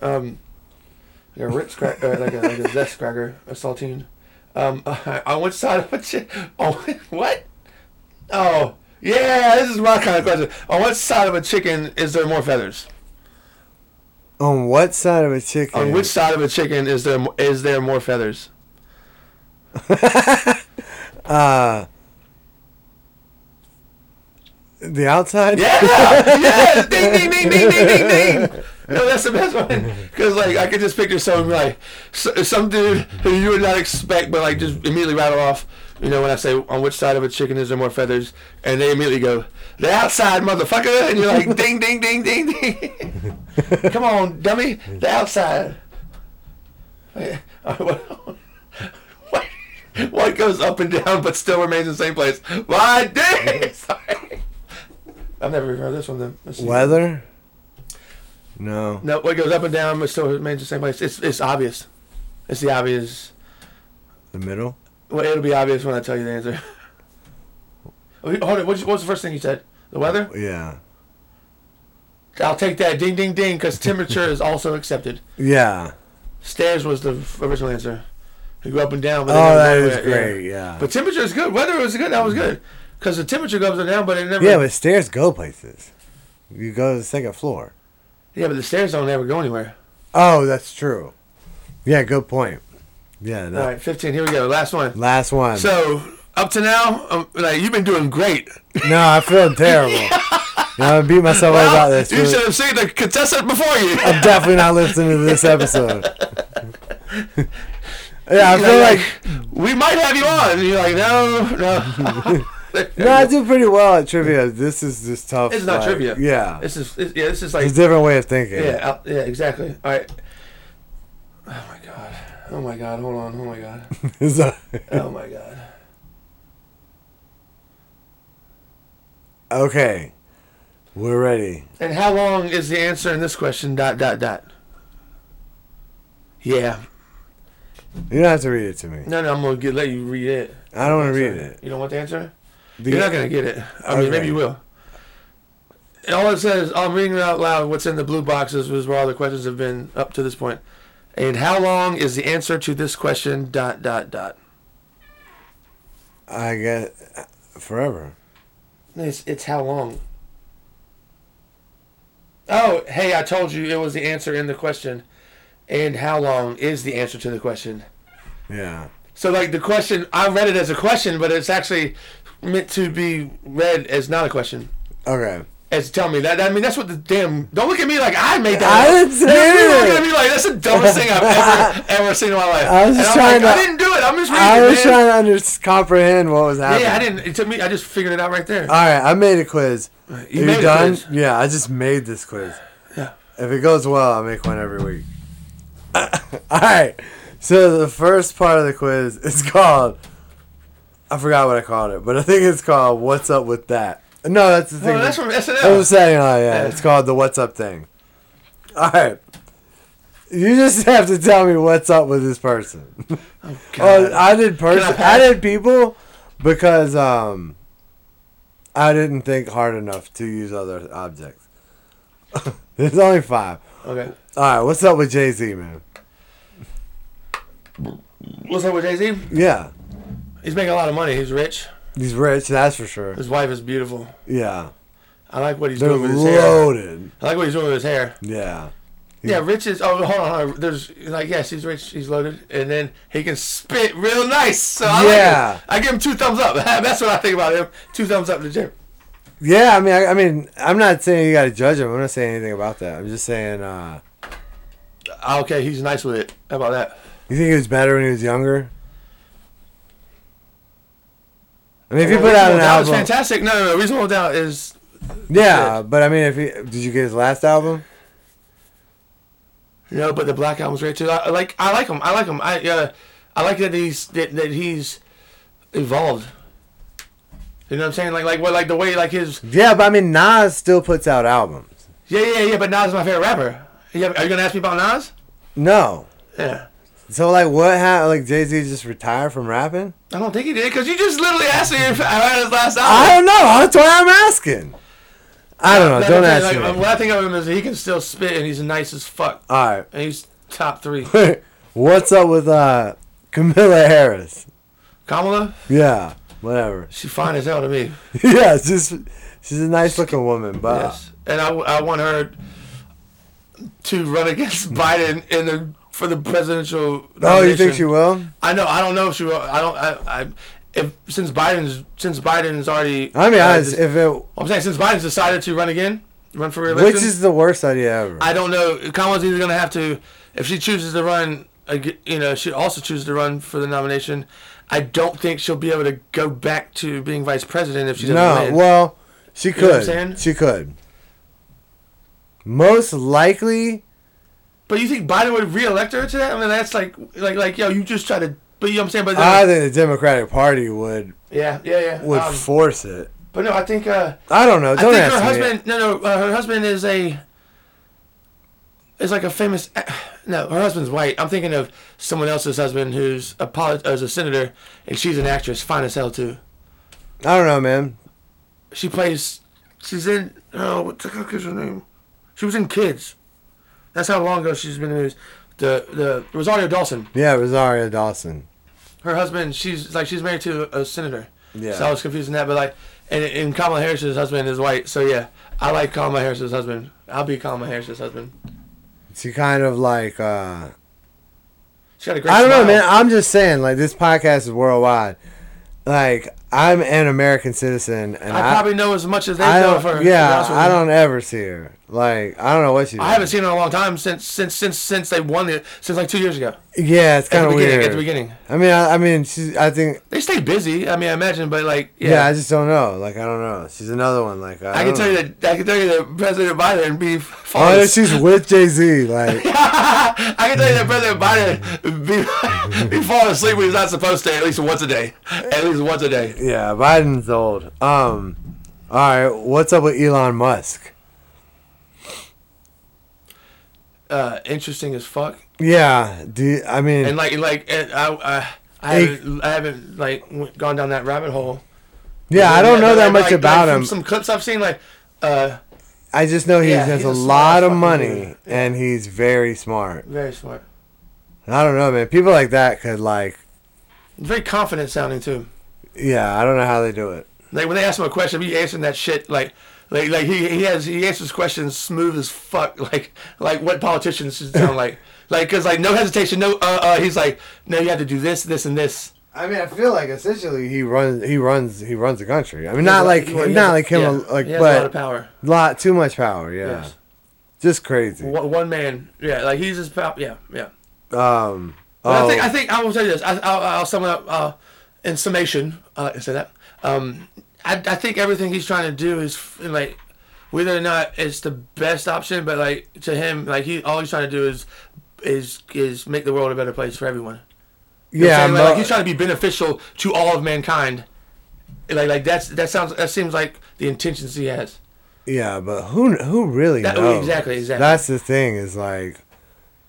Um, like a Ritz cracker, like a, like a zest cracker, a saltine. Um, on one side of a chick. On what? Oh, yeah. This is my kind of question. On what side of a chicken is there more feathers? On what side of a chicken? On which side of a chicken is there is there more feathers? Uh, the outside. Yeah, yes, ding, ding, ding, ding, ding, ding, ding. No, that's the best one because like I could just picture some like s- some dude who you would not expect, but like just immediately rattle off. You know, when I say on which side of a chicken is there more feathers, and they immediately go the outside, motherfucker, and you're like ding, ding, ding, ding, ding. Come on, dummy, the outside. What- What goes up and down but still remains in the same place? Why, Mm-hmm. dang! Sorry. I've never heard this one then. Let's see. Weather. No. No, what goes up and down but still remains the same place. It's it's obvious. It's the obvious. The middle. Well, it'll be obvious when I tell you the answer. Oh, Hold on. What's, what's the first thing you said? The weather? Yeah. I'll take that. Ding, ding, ding. Because temperature is also accepted. Yeah. Stairs was the f- original answer. You go up and down. But they Oh, never that go is where- yeah. great. Yeah. But temperature is good. Weather was good. That was good. Because the temperature goes up and down, but it never. yeah, but stairs go places. You go to the second floor. Yeah, but the stairs don't ever go anywhere. Oh, that's true. Yeah, good point. Yeah. No. All right, 15. Here we go. Last one. Last one. So, up to now, um, like you've been doing great. no, I feel terrible. Yeah, I'm gonna beat myself up about this. you should have seen the contestant before you. I'm definitely not listening to this episode. yeah, I You're feel like we might have you on. And you're like, no, no. no, I do pretty well at trivia. This is just tough. It's not like- trivia. Yeah, This is it's, yeah. This is like it's a different way of thinking. yeah, out- yeah, exactly. All right. Oh my god. Oh my god. Hold on. Oh my god. It's a- Oh my god. okay, we're ready. And how long is the answer in this question? Dot dot dot. Yeah. You don't have to read it to me. No, no. I'm gonna get, let you read it. I don't want to read Sorry. it. You don't want the answer? The- You're not gonna get it. I mean, maybe Okay. you will. And all it says, I'm reading it out loud. What's in the blue boxes was where all the questions have been up to this point. And how long is the answer to this question? Dot dot dot. I get forever. It's it's how long. Oh, hey! I told you it was the answer in the question. And how long is the answer to the question? Yeah. So like the question, I read it as a question, but it's actually meant to be read as not a question. Okay. as telling me that. I mean, that's what the damn. Don't look at me like I made that. I up. didn't say You're it. looking at me like that's the dumbest thing I've ever ever seen in my life. I was And just I'm trying like, to- I didn't do it. I'm just reading. I was man. trying to under- comprehend what was happening. Yeah, I didn't. It took me. I just figured it out right there. All right, I made a quiz. Are you made a done? quiz. Yeah, I just made this quiz. Yeah. If it goes well, I'll make one every week. All right. So the first part of the quiz is called. I forgot what I called it, but I think it's called "What's Up with That." No, that's the thing. Well, that's from I was SNL. saying, oh yeah, it's called the "What's Up" thing. All right. You just have to tell me what's up with this person. Well, Oh, I did person. I, pass? did people because um, I didn't think hard enough to use other objects. There's only five. Okay. All right, what's up with Jay Z, man? What's up with Jay Z? Yeah, He's making a lot of money. He's rich. he's rich. That's for sure. His wife is beautiful. Yeah, I like what he's they're doing with his hair. loaded. I like what he's doing with his hair. Yeah, Yeah, Rich is. Oh, hold on, hold on. There's like, yes, he's rich. He's loaded, and then he can spit real nice. So I Yeah. yeah, I give him two thumbs up. That's what I think about him. Two thumbs up to Jim. yeah. I mean, I, I mean, I'm not saying you got to judge him. I'm not saying anything about that. I'm just saying. uh Ah, Okay, he's nice with it. How about that? You think he was better when he was younger? I mean, if you Well, put out Reasonable an Doubt is album, fantastic. No, no, no. Reasonable doubt is yeah, but I mean, if he did you get his last album? no, but the black album's great too. I, I like, I like him. I like him. I, uh, I like that he's that, that he's evolved. You know what I'm saying? Like, like what, like the way, like his. Yeah, but I mean, Nas still puts out albums. Yeah, yeah, yeah. But Nas is my favorite rapper. Yeah, are you gonna ask me about Nas? No, Yeah. so like, what? How? Like Jay Z just retired from rapping? I don't think he did because you just literally asked me if I read his last I don't album. know. That's why I'm asking. I don't know. Like, Don't okay, ask like, me. What I think of him is he can still spit and he's nice as fuck. All and he's top three. right, what's up with uh Camilla Harris? Kamala, Yeah, whatever. she fine as hell to me. yeah, it's just she's a nice looking woman, but Yes, and I, I want her to run against Biden in the for the presidential. oh, you think nomination. she will? I know. I don't know if she will. I don't. I. I if since Biden's since Biden's already. I mean, uh, honest, dis- if it I'm saying since Biden's decided to run again, run for reelection. Which is the worst idea ever? I don't know. Kamala's either going to have to, if she chooses to run, ag- you know, she also chooses to run for the nomination. I don't think she'll be able to go back to being vice president if she doesn't no, win. well, she know what I'm could. saying? she could. Most likely, but you think Biden would reelect her to that? I mean, that's like, like, like, yo, you just try to. But you know what I'm saying? But then- I think the Democratic Party would yeah, yeah, yeah. would um, force it. but no, I think. Uh, I don't know. I Don't think ask her me. husband. No, no, uh, her husband is a. Is like a famous. uh, No, her husband's white. I'm thinking of someone else's husband who's a polit- as a senator, and she's an actress, fine as hell too. I don't know, man. She plays. She's in. Oh, what the heck is her name? She was in Kids. That's how long ago she's been in movies. The the Rosario Dawson. Yeah, Rosario Dawson. Her husband. She's like she's married to a, senator. Yeah. So I was confused in that, but like, and and Kamala Harris's husband is white. So yeah, I like Kamala Harris's husband. I'll be Kamala Harris's husband. She kind of like uh She got a great. I don't know, smile. man. I'm just saying, like this podcast is worldwide. Like I'm an American citizen, and I, I, probably know as much as they I know don't. of her. to be yeah, honest with I you. don't ever see her. Like I don't know what she. I does. haven't seen her in a long time since since since since they won it since like two years ago. Yeah, it's At kind the of beginning, weird. at the beginning, I mean, I, I mean, she's. I think. they stay busy. I mean, I imagine, but like, Yeah. I just don't know. Like, I don't know. She's another one. Like, I, I can don't tell you know. that I can tell you that President Biden be Oh, yeah, false. she's with Jay Z. Like, I can tell you that President Biden be, be falling asleep when he's not supposed to at least once a day. At least once a day. yeah, Biden's old. Um, all right, what's up with Elon Musk? Uh, interesting as fuck. Yeah, do you- I mean? And like like and I I, I Hey. haven't I haven't like went- gone down that rabbit hole. yeah, I don't know But, that like, much like- about like, from him. Some clips I've seen like uh I just know he Yeah, has he's a a smart lot of fucking money dude. and he's very smart. very smart, And I don't know, man. People like that could like, very confident sounding too. yeah, I don't know how they do it. Like when they ask him a question, he answering that shit like, like, like he, he has he answers questions smooth as fuck. Like, like what politicians should sound like, like because like no hesitation, no uh, uh. He's like, no, you have to do this, this, and this. I mean, I feel like essentially he runs, he runs, he runs the country. I mean, not like, He has- not like him, yeah. like, he has a lot but of power. lot too much power. Yeah, Yes. just crazy. One, one man. Yeah, like he's just power. Yeah, yeah. Um, But oh, I think I think I will say this. I, I'll, I'll sum it up uh, in summation. Uh, say that. Um, I, I think everything he's trying to do is f- like whether or not it's the best option, but like to him, like he all he's trying to do is is is make the world a better place for everyone. You know what yeah, I'm saying? like, like mo- he's trying to be beneficial to all of mankind. Like like that's that sounds that seems like the intentions he has. yeah, but who who really That- knows? exactly, exactly. That's the thing is like,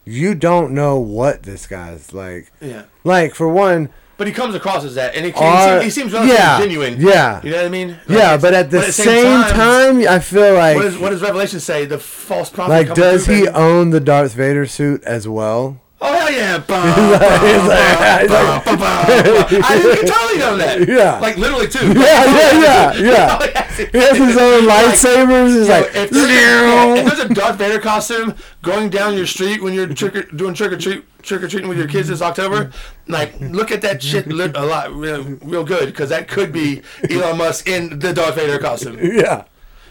you don't know what this guy's like. Yeah. Like for one, But he comes across as that, and he, Are- he, seems, he seems relatively yeah, genuine. yeah. you know what I mean. Like, yeah, it's- but at the same, time, I feel like what, is, what does Revelation say? The false prophet. like coming does through, he baby? own the Darth Vader suit as well? oh hell yeah! Bah, He's like- he's like- bah, bah, bah. I didn't totally know that. Yeah. like literally too. Oh, yeah, yeah, yeah, yeah. He has his own lightsabers. He's Like, like, if, there's, yeah, if "Zoom." there's a Darth Vader costume going down your street when you're trick or, doing trick or treat trick or treating with your kids this October, like look at that shit lit a lot real, real good because that could be Elon Musk in the Darth Vader costume. yeah.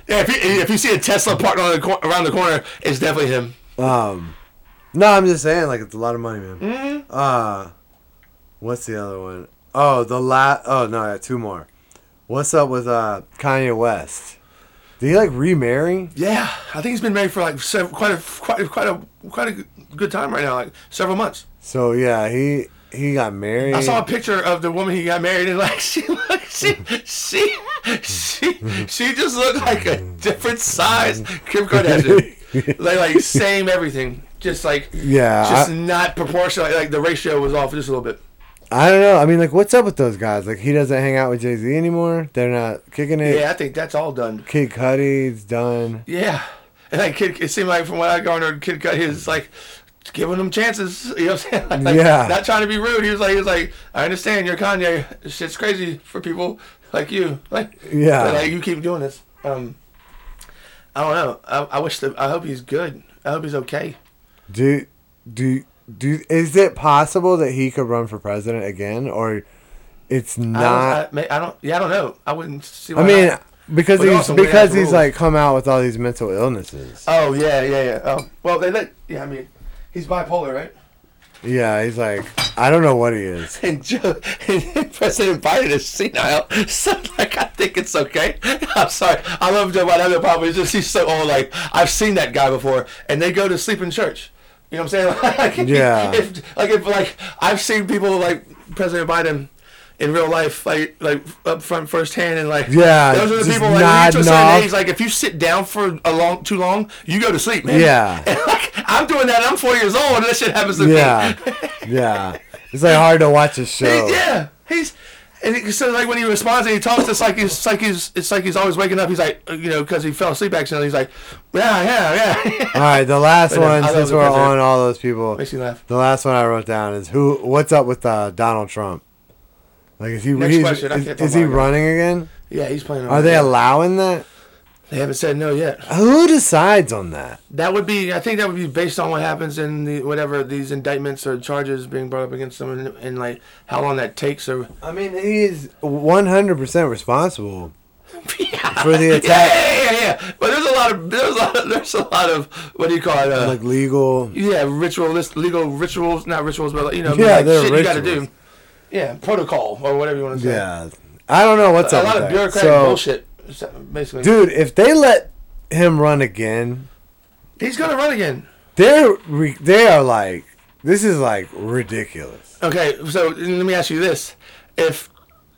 Yeah, if you, if you see a Tesla parked on the cor- around the corner, it's definitely him. Um, no, I'm just saying, like, it's a lot of money, man. Mm-hmm. Uh, what's the other one? Oh, the la. Oh no, I got two more. What's up with uh Kanye West? Did he like remarry? Yeah, I think he's been married for like sev- quite a quite a, quite a quite a good time right now, like several months. So yeah, he he got married. I saw a picture of the woman he got married, and like she looked, she she she she just looked like a different size Kim Kardashian, like like same everything, just like Yeah, just I- not proportional. Like, the ratio was off just a little bit. I don't know. I mean, like, what's up with those guys? Like, he doesn't hang out with Jay Z anymore. They're not kicking it. Yeah, I think that's all done. Kid Cudi's done. Yeah, and like kid, it seemed like from what I garnered, Kid Cudi was like giving them chances. You know what I'm saying? Like, Yeah. Not trying to be rude. He was like, he was like, I understand you're Kanye. Shit's crazy for people like you. Like, Yeah. but, like you keep doing this. Um, I don't know. I, I wish. The, I hope he's good. I hope he's okay. Do do do? Is it possible that he could run for president again, or it's I don't- I, not? may- I don't. Yeah, I don't know. I wouldn't see. I, Why mean, not. because But he's also we have because the he's rules. like come out with all these mental illnesses. Oh yeah, yeah, yeah. Oh well, they let. Yeah, I mean, he's bipolar, right? Yeah, he's like I don't know what he is. and Joe and President Biden is senile. So like I think it's okay. I'm sorry. I love Joe Biden. I have no problem. It's just he's so old. Like I've seen that guy before, and they go to sleep in church. You know what I'm saying? Like, if- Yeah. If, like if like I've seen people like President Biden. In real life, like like up front, firsthand, and like Yeah, those are the just people like when you reach a nodding certain off. age. Like if you sit down for a long, too long, you go to sleep, man. Yeah. And, like, I'm doing that. I'm 40 years old, and that shit happens to me. Yeah, yeah. It's like hard to watch a show. He- yeah, he's and it, so like when he responds and he talks, it's like he's it's like he's it's like he's always waking up. He's like uh, you know because he fell asleep accidentally. He's like yeah yeah yeah. All right, the last But, uh, I one love since the we're president. on all those people. Makes you laugh. The last one I wrote down is who? What's up with uh, Donald Trump? Like, is he Next he's- question, I is, can't talk is he about it. running again? Yeah, he's playing. on Are it. they allowing that? They haven't said no yet. Who decides on that? That would be I think that would be based on what happens in the whatever these indictments or charges being brought up against them and, and like how long that takes or I mean, he's one hundred percent responsible yeah. for the Yeah, attack, yeah, yeah, yeah. But there's a lot of there's a lot of, there's a lot of what do you call it? Uh, like legal. Yeah, ritualist, legal rituals, not rituals, but like, you know, Yeah, like, they're shit you gotta rituals. do. Yeah, protocol or whatever you want to say. Yeah, I don't know what's a up. lot with of that. bureaucratic So, bullshit. so, Basically, dude. If they let him run again, he's gonna run again. they're re- they are like this is like ridiculous. Okay, so let me ask you this: If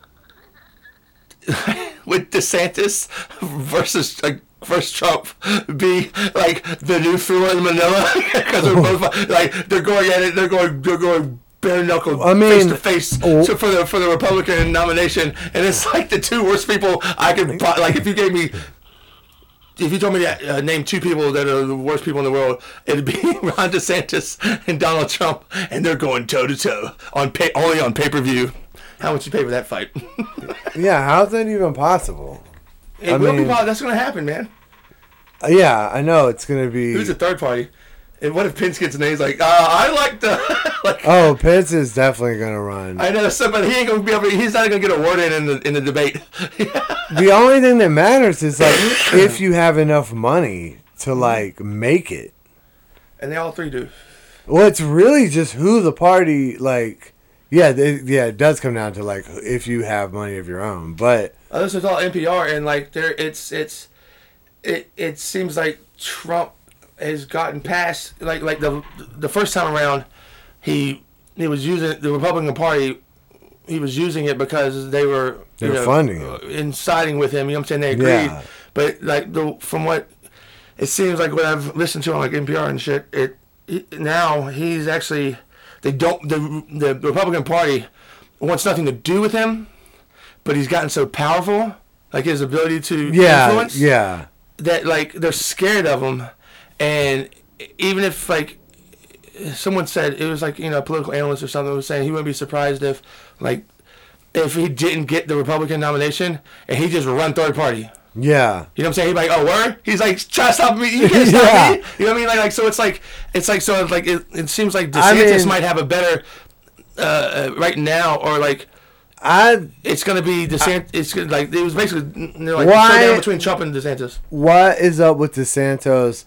would DeSantis versus like versus Trump be like the new Fula in Manila? Because they're both like they're going at it. They're going. They're going. Bare knuckle, I face mean- to face, Oh. to- for the for the Republican nomination, and it's like the two worst people I could. pro- Like if you gave me, if you told me to uh, name two people that are the worst people in the world, it'd be Ron DeSantis and Donald Trump, and they're going toe to toe on pay, only on pay per view. How much you pay for that fight? Yeah, how's that even possible? It I will be mean- wild. That's gonna happen, man. Uh, Yeah, I know it's gonna be. Who's the third party? And what if Pence gets in there? He's like, uh, I like the like. Oh, Pitts is definitely gonna run. I know somebody. He ain't gonna be able. He's not gonna get a word in in the in the debate. the only thing that matters is like if you have enough money Mm-hmm. to like make it. and they all three do. Well, it's really just who the party like. Yeah, it, yeah, it does come down to like if you have money of your own, but Uh, this is all NPR, and like there, it's it's it it seems like Trump has gotten past like like the the first time around, he he was using the Republican Party. He was using it because they were They were funding it. and siding with him. You know what I'm saying? They agreed, Yeah. but like the from what it seems like what I've listened to on like NPR and shit, it, it now he's actually they don't the the Republican Party wants nothing to do with him, but he's gotten so powerful, like his ability to yeah, influence, yeah, that like they're scared of him, and even if like someone said it was like you know a political analyst or something was saying he wouldn't be surprised if like if he didn't get the Republican nomination and he just run third party. yeah. You know what I'm saying? He's like, oh, word? He's like, try to stop me. You can't stop Yeah. me. You know what I mean? Like, like, so it's like, it's like, so it's like, it, it seems like I DeSantis mean- might have a better, uh, uh, right now, or like, I it's gonna be DeSantis. It's gonna, like it was basically you know, like Ah. Why- showdown between Trump and DeSantis. what is up with DeSantos?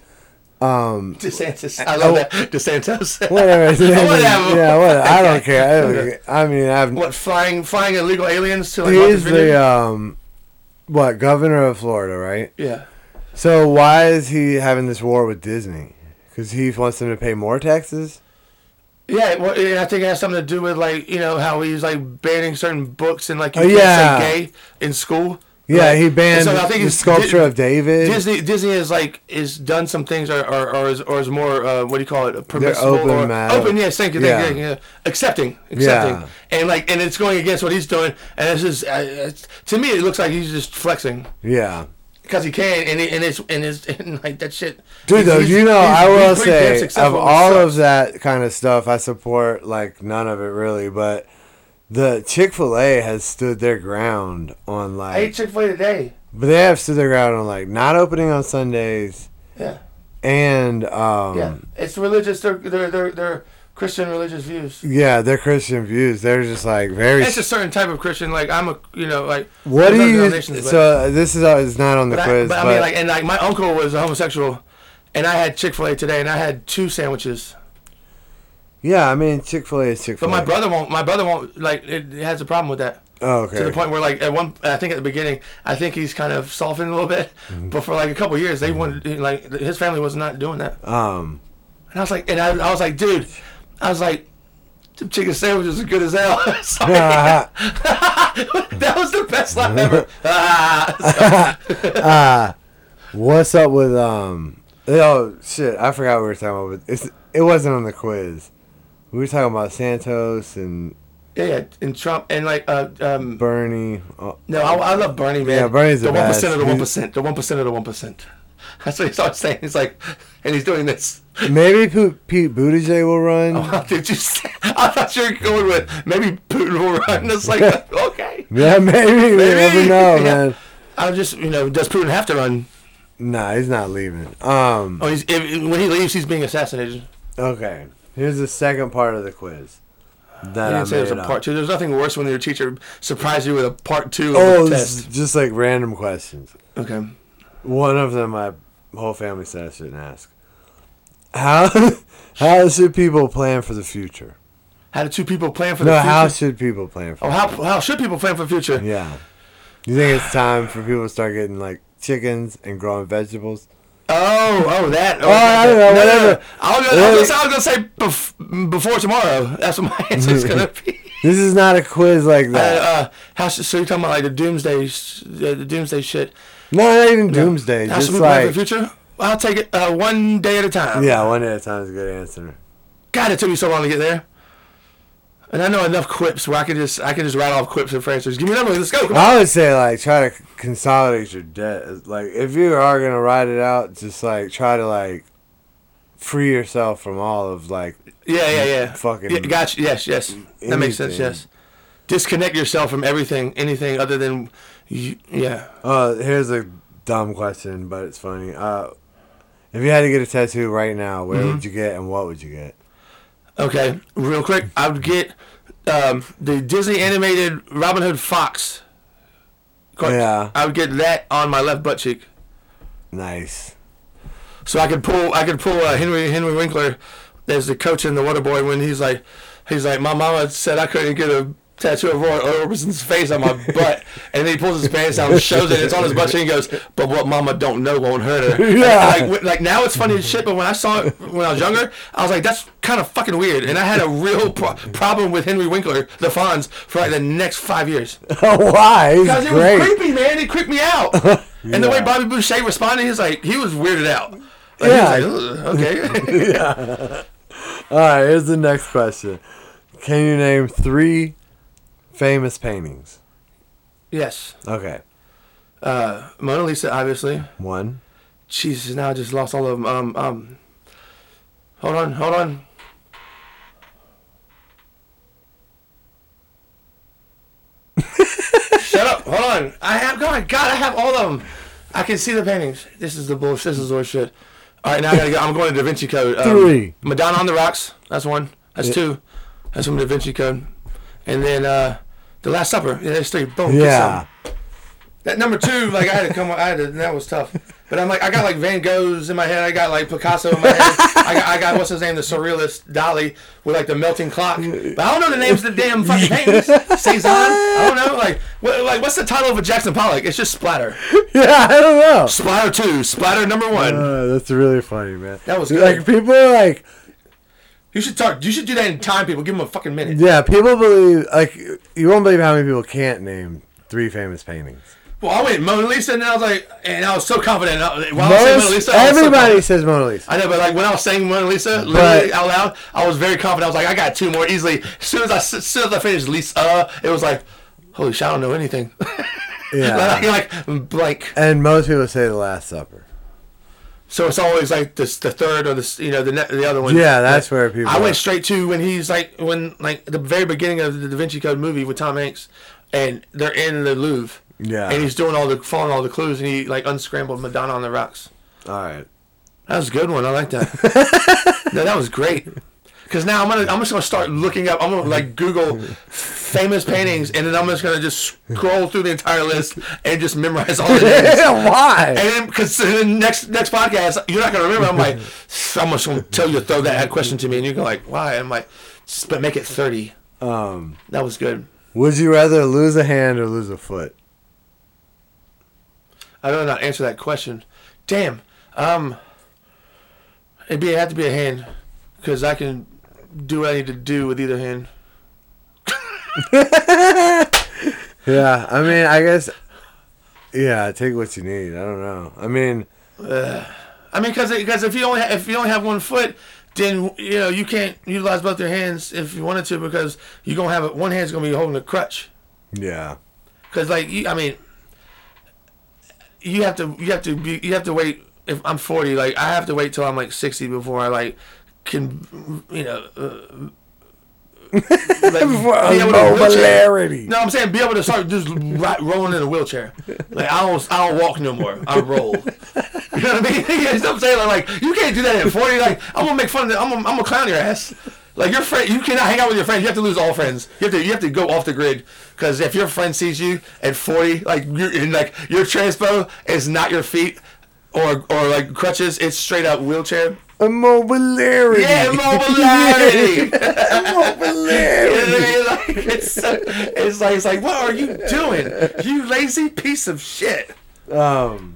Um, DeSantis, I love that DeSantis. whatever. oh. Whatever. Yeah, whatever. I don't care. I, don't care. I mean, I've what flying flying illegal aliens to like he's Martha's Vineyard? the um, what governor of Florida, right? yeah. So why is he having this war with Disney? Because he wants them to pay more taxes. Yeah, well, yeah, I think it has something to do with like you know how he's like banning certain books and like you Oh, yeah. can't say gay in school. Yeah, Like, he and banned so I think the it's- sculpture Di- of David. Disney Disney is like is done some things or or, or, is, or is more uh, what do you call it permissible open, or man. open yes thank you thank you, thank you Yeah. yeah. accepting accepting and like and it's going against what he's doing and it's just uh, it's, to me it looks like he's just flexing Yeah. because he can and it, and it's and it's and like that shit Dude, he's- though, he's- you know, he's- I he's will pretty damn say, of successful, all so- of that kind of stuff, I support, like, none of it really, but the Chick fil A has stood their ground on, I ate like, Chick Fil A today but they have stood their ground on, like, not opening on Sundays yeah. and, um, Yeah, yeah, it's religious. They're they're they're, they're Christian religious views. their Christian views. They're just, like, very. It's a certain type of Christian. Like I'm a you know like what there's do other you. denominations, but- So, this is uh, it's not on the but, I, quiz, but I mean like and like my uncle was a homosexual, and I had Chick Fil A today, and I had two sandwiches. yeah, I mean, Chick fil A is Chick But fil A. my brother won't. My brother won't like it, it has a problem with that. Oh, okay. To the point where, like, at one, I think at the beginning, I think he's kind of softened a little bit. But for like a couple years, they wanted, like, his family was not doing that. Um, And I was like, and I, I was like, dude, I was like, them chicken sandwiches are good as hell. Sorry. that was the best laugh ever. Ah, so- What's up with um? Oh shit! I forgot what we were talking about. But it's it wasn't on the quiz. We were talking about Santos and yeah, yeah, and Trump and like uh, um, Bernie. Oh, no, I, I love Bernie man. Yeah, Bernie's the the one best. percent of the He's- one percent, the one percent of the one percent. That's what he's always saying. He's like, and he's doing this. maybe P- Pete Buttigieg will run. Did you? Say, I thought you were going with maybe Putin will run. It's like okay. yeah, maybe. We never Maybe. know, Yeah. man. I'm just you know, does Putin have to run? Nah, he's not leaving. Um. Oh, he's, if, when he leaves, he's being assassinated. Okay. Here's the second part of the quiz. That I I didn't say made there's a up. part two. There's nothing worse when your teacher surprises you with a part two of Oh, a this is test. just like random questions. Okay. One of them, my whole family said I shouldn't ask. How how should people plan for the future? How do two people plan for No, the future? how should people plan for? oh, how, how should people plan for the future? Yeah. You think it's time for people to start getting like chickens and growing vegetables? Oh, oh, that. Oh, I don't know, No, no, no. whatever. I was Whatever. going to say bef- before tomorrow. That's what my answer's going to be. This is not a quiz like Uh, that. uh, how should, so you're talking about like the doomsday, sh- uh, the doomsday shit. no, not even doomsday. How Just should we plan for like the future? I'll take it uh, one day at a time. yeah, one day at a time is a good answer. God, it took me so long to get there. And I know enough quips where I can just I can just rattle off quips and phrases. Give me another one. Let's go. Come on. I would say like try to c- consolidate your debt. Like if you are gonna ride it out, just like try to like free yourself from all of like Yeah, yeah, yeah. Fucking- Yeah, gotcha. Yes, yes. That makes Anything. sense. Yes. Disconnect yourself from everything, anything other than, you, yeah. oh, uh here's a dumb question, but it's funny. Uh If you had to get a tattoo right now, Mm-hmm. where would you get and what would you get? Okay, real quick, I would get um, the Disney animated Robin Hood Fox. cart- Yeah. I would get that on my left butt cheek, Nice. so I could pull. I could pull uh, Henry Henry Winkler as the coach in the Water Boy when he's like, he's like, my mama said I couldn't get a tattoo of Roy Orbison's face on my butt, and then he pulls his pants down, and shows it, it's on his butt cheek, and goes, but what mama don't know won't hurt her. Yeah. Like, like, like now it's funny as shit, but when I saw it when I was younger, I was like, that's kind of fucking weird. And I had a real pro- problem with Henry Winkler, the Fonz, for like the next five years. Why? He's Because it great. was creepy, man. It creeped me out. And the way Bobby Boucher responded, he's like, he was weirded out. Like, Yeah. He was like, "Ugh, okay. All right, here's the next question. Can you name three famous paintings? yes. Okay. Uh, Mona Lisa, obviously. One. Jesus, now I just lost all of them. Um, um, hold on, hold on. Shut up, hold on. I have, God, God, I have all of them. I can see the paintings. This is the bullshit. This is the shit. All right, now I gotta go. I'm going to Da Vinci Code. Um, Three. Madonna on the Rocks. That's one. That's two. That's from Da Vinci Code. And then uh, The Last Supper. Yeah, there's three. Boom. get some. Yeah. That number two, like I had to come, I had to, that was tough. But I'm like, I got like Van Goghs in my head. I got like Picasso in my head. I got, I got what's his name, the surrealist Dali with like the melting clock. But I don't know the names of the damn fucking paintings. Cezanne. I don't know. Like, what, like what's the title of a Jackson Pollock? It's just splatter. Yeah, I don't know. Splatter two. Splatter number one. Uh, that's really funny, man. That was Like good. people are like, you should talk. You should do that in time, people. Give them a fucking minute. yeah, people believe like you won't believe how many people can't name three famous paintings. Well, I went Mona Lisa, and I was like, and I was so confident. I- While I was saying Mona Most, Lisa, I was so everybody confident. says Mona Lisa. I know, but like when I was saying Mona Lisa literally out loud, I was very confident. I was like, I got two more easily. As soon as I, as soon as I finished Lisa, uh, it was like, holy shit, I don't know anything. Yeah. You're like blank. And most people say The Last Supper. So it's always like this, the third or the you know the ne- the other one. Yeah, that's where people. I are. went straight to when he's like when like the very beginning of the Da Vinci Code movie with Tom Hanks, and they're in the Louvre. Yeah. And he's doing all the following all the clues, and he like unscrambled Madonna on the rocks. All right. That was a good one. I like that. no, that was great. Cause now I'm gonna I'm just gonna start looking up. I'm gonna like Google famous paintings, and then I'm just gonna just scroll through the entire list and just memorize all the names. Yeah, why? And then, cause then next next podcast you're not gonna remember. I'm like, I'm just gonna tell you to throw that question to me, and you're gonna like, why? I'm like, "Just- but make it thirty. Um, That was good. would you rather lose a hand or lose a foot? I don't know how to answer that question. Damn. Um. It'd be it'd have to be a hand, cause I can do what I need to do with either hand. Yeah, I mean, I guess. Yeah, take what you need. I don't know. I mean, I mean, because because if you only ha- if you only have one foot, then you know you can't utilize both your hands if you wanted to because you're gonna have it, one hand's gonna be holding a crutch. yeah, Because like you, I mean, you have to you have to be you have to wait. If I'm 40, like I have to wait till I'm like 60 before I like can you know. Uh, like, be able to wheelchair. No, I'm saying be able to start just ri rolling in a wheelchair. Like I don't, I don't walk no more. I roll. You know what I mean? you know what I'm saying? Like, like, you can't do that at 40. Like I'm gonna make fun of. The, I'm, gonna, I'm gonna clown your ass. Like your friend, you cannot hang out with your friends. You have to lose all friends. You have to, you have to go off the grid. Because if your friend sees you at 40, like you're in like your transpo is not your feet or or like crutches. It's straight up wheelchair. Immobility. Yeah, mobility. Immobility. like, it's, so, it's like it's like what are you doing? You lazy piece of shit. Um.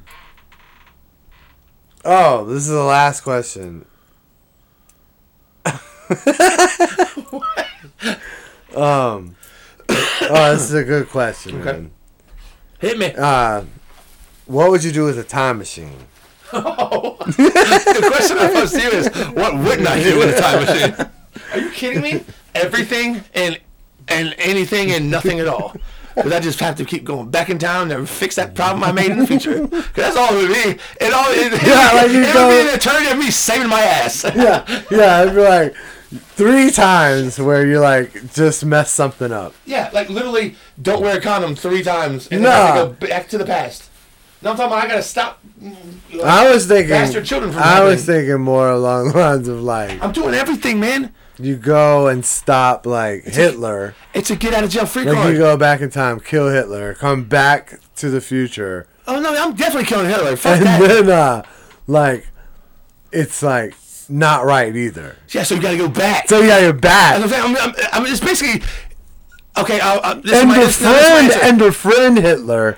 Oh, this is the last question. um. Oh, this is a good question, Okay. man. Hit me. Uh, what would you do with a time machine? the question I posed to you is, what wouldn't I do with a time machine? Are you kidding me? Everything and and anything and nothing at all. But I just have to keep going back in time and fix that problem I made in the future. 'Cause that's all it would be. It all it, Yeah, like you it would go- be an eternity of me saving my ass. Yeah, yeah. It'd be like three times where you like just mess something up. Yeah, like literally, don't wear a condom three times and Nah. then have to go back to the past. No, I'm talking about I gotta stop. mm, like, I was thinking. Bastard children from I was happening. thinking more along the lines of like I'm doing everything, man. you go and stop like Hitler, It's a get out of jail free like card. you go back in time, kill Hitler, come back to the future, Oh no, I'm definitely killing Hitler. Fuck and that. then uh, like it's like not right either. Yeah, so you gotta go back. So yeah, you're That's back. what I'm, saying. I'm, I'm, I'm it's basically okay. I'll, I'll, this is And my, this, no, this is my befriend answer. and befriend Hitler,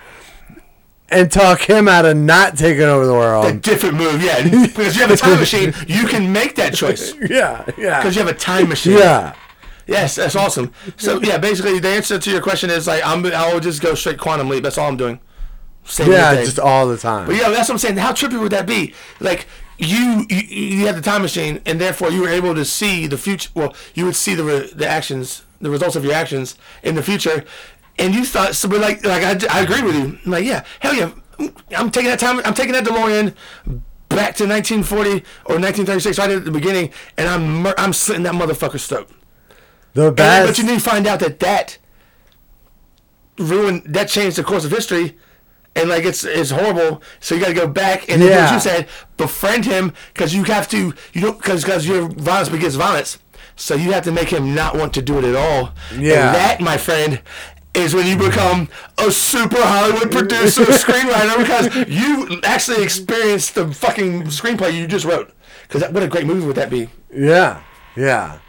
and talk him out of not taking over the a world. different move, yeah. Because you have a time machine, you can make that choice. Yeah, yeah, Because you have a time machine. yeah. Yes, that's awesome. So yeah, basically the answer to your question is like I'm. I'll just go straight quantum leap. That's all I'm doing. Saving the Yeah, day. just all the time. But yeah, that's what I'm saying. How trippy would that be? Like you, you, you had the time machine, and therefore you were able to see the future. Well, you would see the re- the actions, the results of your actions in the future, and you thought. So, but like, like I, I agree with you. I'm like, yeah, hell yeah, I'm taking that time. I'm taking that DeLorean back to 1940 or 1936, right at the beginning, and I'm mur- I'm slitting that motherfucker throat. The And- best. But you need to find out that that ruined that changed the course of history, and like it's it's horrible. So you got to go back and then what Yeah. you said, befriend him because you have to you don't because because your violence begets violence. So you have to make him not want to do it at all. Yeah. and that my friend. Is when you become a super Hollywood producer, screenwriter, because you actually experienced the fucking screenplay you just wrote. Because what a great movie would that be? yeah, yeah.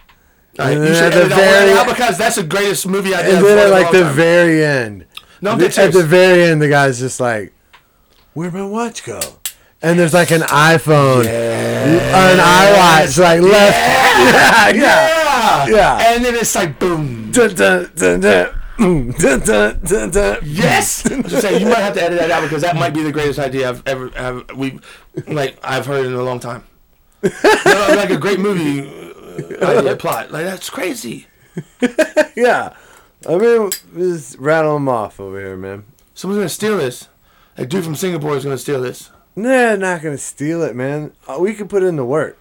Alright, And you then should at the edit all that very- out because that's the greatest movie idea. And for then a at like long the time. very end, No, I'm the- dead at serious. the very end, the guy's just like, "Where'd my watch go?" And there's like an iPhone, an iWatch, like left, yeah, yeah, Yeah. and then it's like boom. Dun, dun, dun, dun. Mm, dun, dun, dun, dun. Yes, I was just saying you might have to edit that out because that might be the greatest idea I've ever have we like I've heard in a long time. No, like a great movie uh, idea plot like that's crazy. yeah. I mean, just rattle them off over here, man. Someone's gonna steal this. A dude from Singapore is gonna steal this. Nah, not gonna steal it, man. Uh, We could put in the work.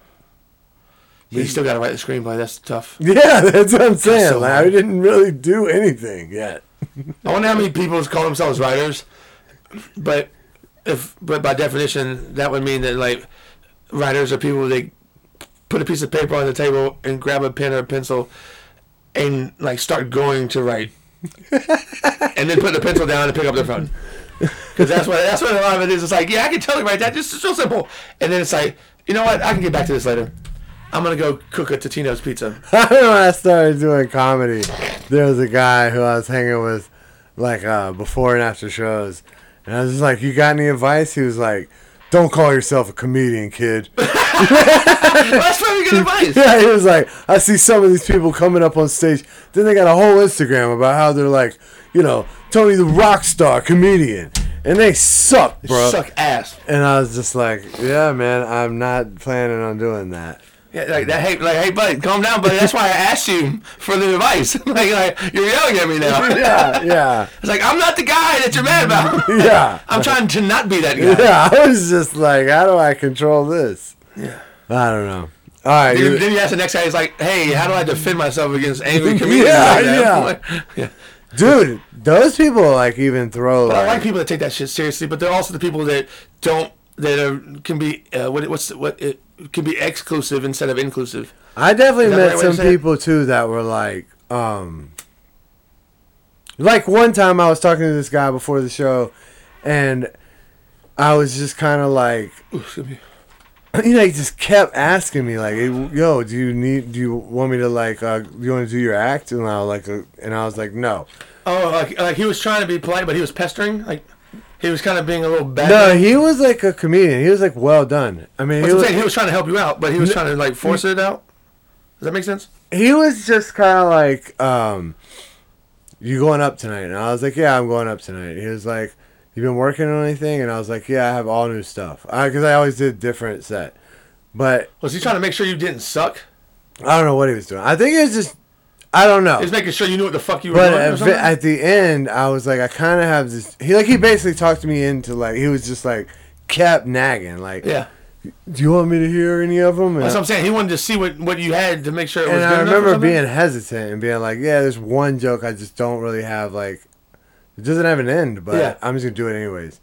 You still gotta write the screenplay. That's tough. Yeah, that's what I'm saying. so like, hard. we didn't really do anything yet. I wonder how many people call themselves writers, but if but by definition that would mean that like writers are people they put a piece of paper on the table and grab a pen or a pencil and like start going to write, and then put the pencil down and pick up their phone. Because that's what that's what a lot of it is. It's like yeah, I can totally write that. Just it's so simple. And then it's like you know what? I can get back to this later. I'm gonna go cook a Totino's pizza. I remember when I started doing comedy, there was a guy who I was hanging with, like uh, before and after shows, and I was just like, "You got any advice?" He was like, "Don't call yourself a comedian, kid." that's very good advice. yeah, he was like, "I see some of these people coming up on stage, then they got a whole Instagram about how they're like, you know, Tony the rock star comedian, and they suck, bro." Suck ass. And I was just like, "Yeah, man, I'm not planning on doing that." Yeah, like that. Hey, like, hey, buddy, calm down, buddy. That's why I asked you for the advice. like, like, you're yelling at me now. yeah, yeah, It's like I'm not the guy that you're mad about. yeah. I'm trying to not be that guy. Yeah, I was just like, how do I control this? Yeah. I don't know. All right. Then, You, then you ask the next guy. He's like, hey, how do I defend myself against angry comedians? Yeah, like that? yeah. I'm like, yeah. dude, those people like even throw But I like, like people that take that shit seriously, but they're also the people that don't that are can be uh, what what's the- what it can be exclusive instead of inclusive. I definitely Is that the met right way to some say it? people too that were like, um, like one time I was talking to this guy before the show, and I was just kind of like, you know, he just kept asking me like, hey, "Yo, do you need? Do you want me to like? Uh, do you want to do your act?" And I was like, uh, and I was like, "No." Oh, like, like he was trying to be polite, but he was pestering. Like he was kind of being a little bad. No, he was like a comedian. He was like well done. I mean, he That's what I'm was, saying. He was trying to help you out, but he was trying to like force it out. Does that make sense? he was just kind of like, um, "You going up tonight?" And I was like, "Yeah, I'm going up tonight." He was like, "You been working on anything?" And I was like, "Yeah, I have all new stuff." Because I always did different set, but Was he trying to make sure you didn't suck? I don't know what he was doing. I think it was just, I don't know. He's making sure you knew what the fuck you were But doing. Or at, something? at the end, I was like, I kind of have this. He like he basically talked me into like he was just like kept nagging like, yeah, "Do you want me to hear any of them?" that's what I'm saying. He wanted to see what, what you had to make sure it was and good I enough or remember something? being hesitant and being like, "Yeah, there's one joke I just don't really have like, it doesn't have an end, but Yeah. I'm just gonna do it anyways."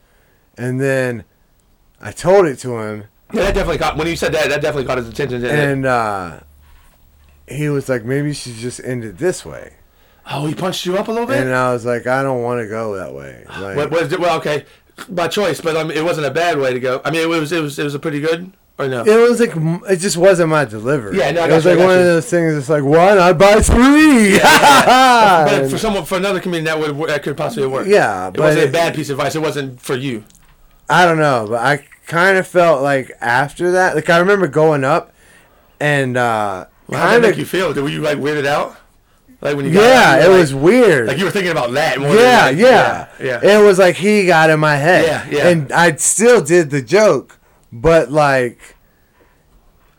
And then I told it to him, Yeah, that definitely caught. When you said that, that definitely caught his attention. didn't it? and uh, he was like, maybe you should just end it this way. oh, he punched you up a little bit. And I was like, I don't want to go that way. Like, What was it? Well, okay, by choice, but um, it wasn't a bad way to go. I mean, it was it was it was a pretty good or no? it was like m- it just wasn't my delivery. Yeah, no, I it got was you, I like got one you. of those things. It's like one, I buy three. But for someone, for another comedian, that would that could possibly work. Yeah, it but wasn't a it- bad piece of advice. It wasn't for you. I don't know, but I kind of felt like after that, like I remember going up and uh, How did kind that make you of feel? Did- Were you like weirded out? Like when you got out, yeah, you it were was like, weird. like you were thinking about that. More yeah, than, like, yeah, yeah, It was like he got in my head. Yeah, yeah. And I still did the joke, but like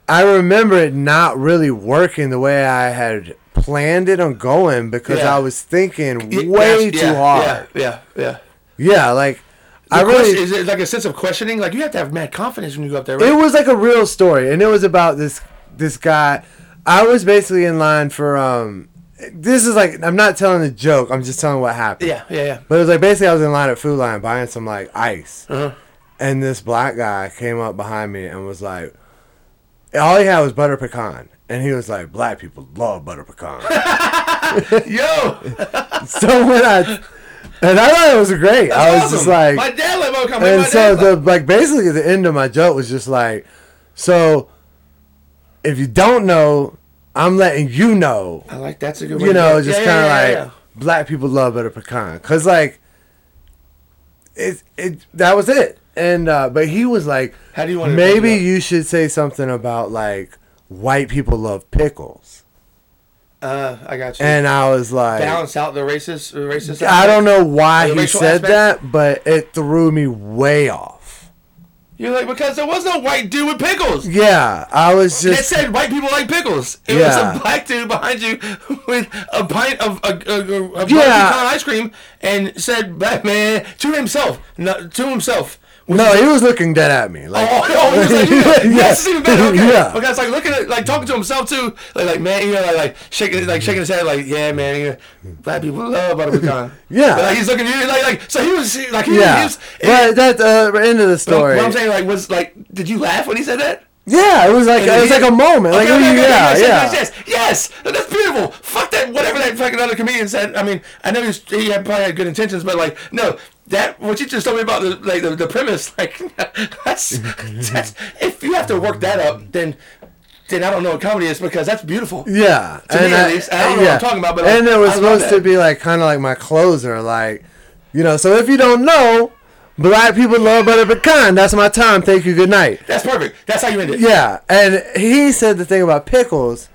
I remember it not really working the way I had planned it on going because Yeah. I was thinking Yeah, way yeah, too yeah, hard. Yeah, yeah. yeah. Yeah, like I I really is it like a sense of questioning? Like you have to have mad confidence when you go up there, right? it was like a real story and it was about this this guy i was basically in line for um this is like i'm not telling the joke i'm just telling what happened yeah, yeah, yeah. but it was like basically i was in line at food line buying some like ice Uh-huh. and this black guy came up behind me and was like all he had was butter pecan and he was like black people love butter pecan Yo, so when i and i thought it was great i was just awesome. like my dad let me come. and my so dad the like basically the end of my joke was just like, so if you don't know, I'm letting you know. I like that's a good. You way to do know, it. just Yeah, kind of yeah, yeah, like yeah. black people love better pecan, cause like it it that was it. And uh, but he was like, How do you want it to Maybe pick you you should say something about like white people love pickles, Uh, I got you. and I was like. balance out the racist, racist. I don't know Or why the he racial said aspect? that, but it threw me way off. You're like because there was no white dude with pickles. Yeah, I was That just said, white people like pickles. It was Yeah. a black dude behind you with a pint of a, a, a, a Yeah. pecan ice cream and said, "Black man," to himself, not to himself. No, he was looking dead at me. Like, Oh, oh, he was like, yeah, Yeah. yes, even better. Okay. Yeah. Because like looking at, like talking to himself too, like, like man, you know, like, like shaking, like shaking his head, like, yeah, man, you know, black people love butter pecan. Yeah. But, like he's looking at you, like, like, so he was, like, he, he yeah. was, But that's the uh, end of the story. What I'm saying, like, was like, did you laugh when he said that? yeah, it was like it was like a moment. Like, Okay, okay, okay, yeah, yes, yeah. Yes, yes, yes, yes. That's beautiful. Fuck that. Whatever that fucking other comedian said. I mean, I know he, was, he had probably had good intentions, but like, no, that what you just told me about the like the, the premise, like that's that's if you have to work that up, then then I don't know what comedy is because that's beautiful. Yeah, To me, at least. I don't know what I'm talking about, but, and like, it was I love supposed that. to be like kind of like my closer, like you know. So if you don't know, black people love butter pecan. That's my time. Thank you. Good night. That's perfect. That's how you end it. Yeah, and he said the thing about pickles.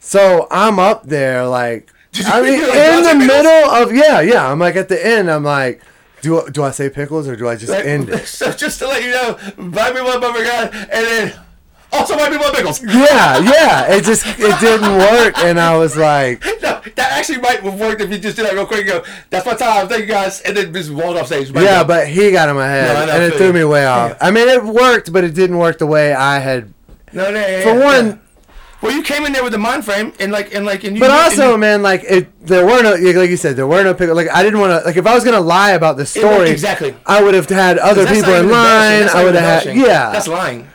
So I'm up there, like Did you I mean, really in want the some pickles? middle of yeah, yeah. I'm like at the end. I'm like, do I- do I say pickles or do I just Like, end it? So just to let you know, buy me one bumper guy, and then also buy me one pickles. Yeah, yeah. It just it didn't work, and I was like, No, that actually might have worked if you just do that real quick and go, that's my time, thank you guys, and then just walk off stage. Might yeah, go. but he got in my head, No, I know, and I it feel threw you. me way off. I mean, it worked, but it didn't work the way I had. No, no, yeah, For yeah, one, yeah. Well, you came in there with the mind frame, and like, and like, and you. But and also, you- man, like it, there were no, like you said, there were no pickles. Like I didn't want to, like if I was gonna lie about the story, exactly. I would have had other that's people not in even embellishing, line. that's I not would even have had, embellishing. yeah, That's lying. yeah.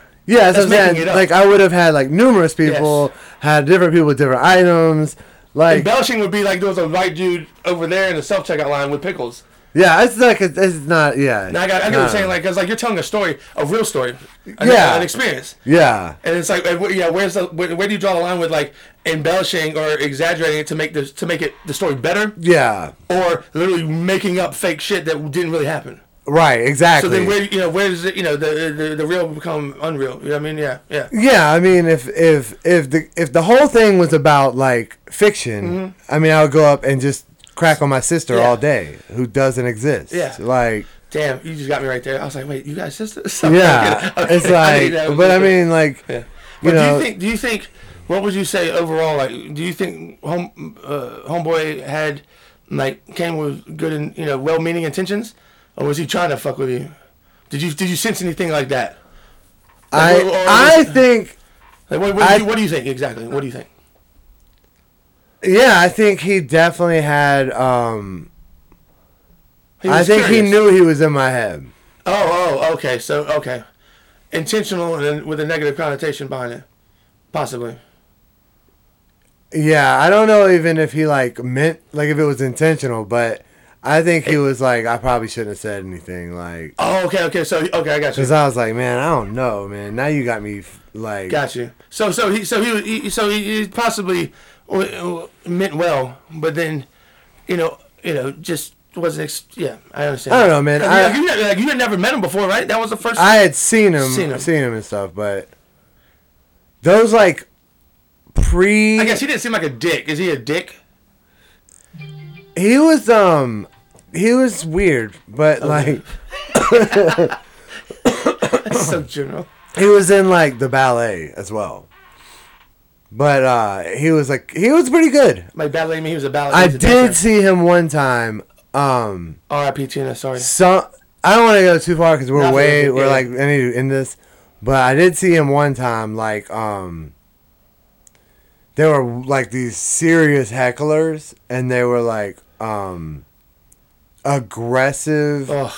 that's That's, what I'm making saying. it up. Like I would have had like numerous people, had different people, with different items. Like Embellishing would be like there was a white dude over there in the self checkout line with pickles. yeah, it's like it's, it's not yeah. And I got, I get what nah. you're saying, like, because like you're telling a story, a real story, an, Yeah. an experience. yeah, And it's like, and wh- yeah, where's the where, where do you draw the line with like embellishing or exaggerating it to make the to make it the story better, yeah, or literally making up fake shit that didn't really happen? right, So exactly. then, where you know, where does it, you know the, the the real become unreal? You know what I mean? Yeah, yeah. Yeah, I mean, if if if the if the whole thing was about like fiction, I mean, I would go up and just crack on my sister Mm-hmm. Yeah. all day, who doesn't exist. Yeah. like Damn, you just got me right there. I was like, wait, you guys sisters? yeah, it's like, but I mean, like, yeah. you But do know, you think? Do you think? What would you say overall? Like, do you think home uh, homeboy had like came with good and you know well-meaning intentions, or was he trying to fuck with you? Did you did you sense anything like that? I or- or- I think Like, what, what, I- do you, what do you think exactly? What do you think? yeah, I think he definitely had. um He I was think he curious. knew he was in my head. Oh, oh, okay. So, okay. Intentional and then with a negative connotation behind it. Possibly. Yeah, I don't know even if he like meant like if it was intentional, but I think he was like I probably shouldn't have said anything like Oh, okay, okay. So, okay, I got you. cuz I was like, man, I don't know, man. Now you got me f- like Got you. So, so he, so he, was- he so he, he possibly w- w- meant well, but then, you know, you know, just wasn't. Ex- yeah, I understand. I don't know, man. Like, I- like, you, had- like, you had never met him before, right? That was the first. I had seen him, Seen seen him. him, and stuff, but those like pre I guess he didn't seem like a dick. Is he a dick? he was um he was weird, but like That's so general. he was in like the ballet as well. But uh he was like he was pretty good. Like ballet, me. He was a ballet. I he's a did dancer. see him one time. Um R.I.P. Tina. Sorry. some I don't want to go too far because we're Not way really, we're yeah. like I need to end this, but I did see him one time like um. There were like these serious hecklers, and they were like um, aggressive, Ugh.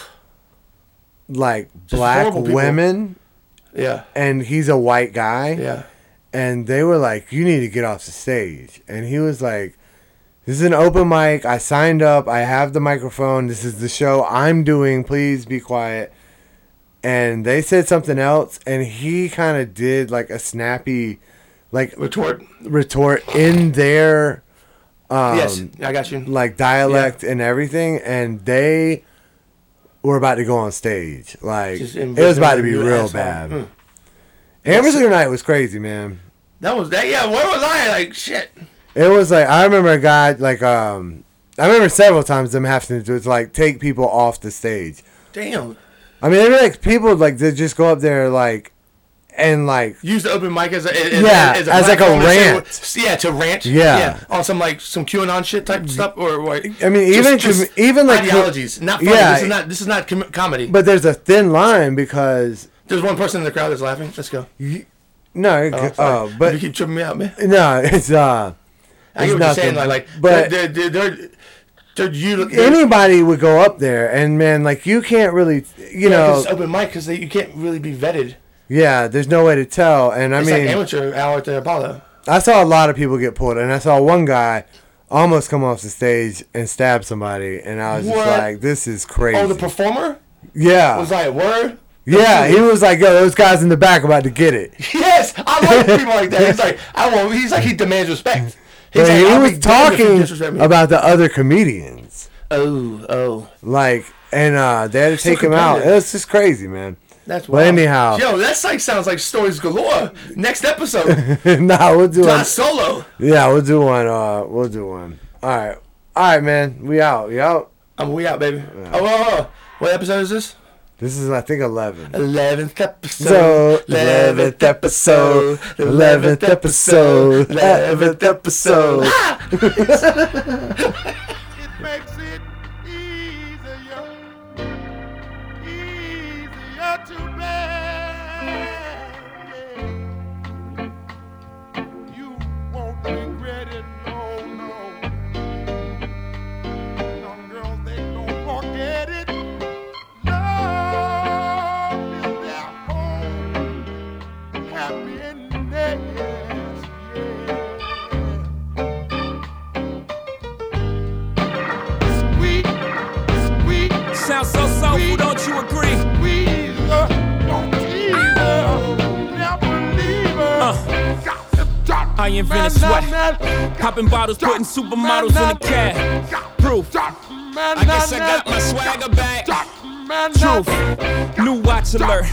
like black Uh, horrible people. women, Yeah. and he's a white guy, Yeah. and they were like, "You need to get off the stage," and he was like. This is an open mic. I signed up. I have the microphone. This is the show I'm doing. Please be quiet. And they said something else, and he kind of did like a snappy, like Retort. retort in their um, yes, I got you. like dialect and everything. And they were about to go on stage. Like Just it was about to be invisible real asshole. bad. Mm. Amber Singer Night was crazy, man. That was that. Yeah. Where was I? Like shit. It was like I remember a guy like um I remember several times them having to just like take people off the stage. Damn. I mean, they were like people like they just go up there like and like Use the open mic as a as, Yeah, as like a platform to say rant. what- yeah, to rant. Yeah. on some like some QAnon shit type stuff or what? I mean, even com- even, like, ideologies. Not funny. Yeah. This is not this is not com- comedy. But but there's a thin line because there's one person in the crowd that's laughing. Let's go. no, it- Oh, oh, sorry. you but keep tripping me out, man. no, it's uh I get It's what you're saying. Like, nothing. like But- they're they're they're, they're you they're- anybody would go up there and man, like you can't really, you yeah, 'cause uh, know, it's open mic because you can't really be vetted. yeah, there's no way to tell. And I It's mean, like amateur hour at the Apollo. I saw a lot of people get pulled, and I saw one guy almost come off the stage and stab somebody, and I was What? just like, "This is crazy." Oh, the performer yeah, was like word. yeah. He was like, "Yo, those guys in the back about to get it." Yes, I like people like that. He's like, I won't. He's like, he demands respect. He's But like, he I'll was be damned if you disrespect talking me. about the other comedians, Oh, oh, like, and uh, they had to so take him out. It competitive. was just crazy, man. that's Well, anyhow. Yo, that's like sounds like stories galore. Next episode, nah, we'll do Don one. Solo. Yeah, we'll do one. Uh, we'll do one. All right, all right, man. We out. We out. I'm we out, baby. Oh, oh, oh. what episode is this? This is, I think, eleven. Eleventh episode. So, 11th episode, 11th episode, 11th episode. it makes it easier, easier to bear. You won't regret it, no, no. Some girls they don't forget it. Love is their home, happiness. Yeah. Squeak, squeak, Sounds so soulful, don't you agree? squeeze her. Don't tease her. Never leave her. Uh. Got to drop I invented man, sweat. man, man. Popping bottles, Drop putting supermodels man, in the cab. man. Got Proof. to drop man, I guess I man, got man. my swagger back. Drop man, Truth. man. New watch alert.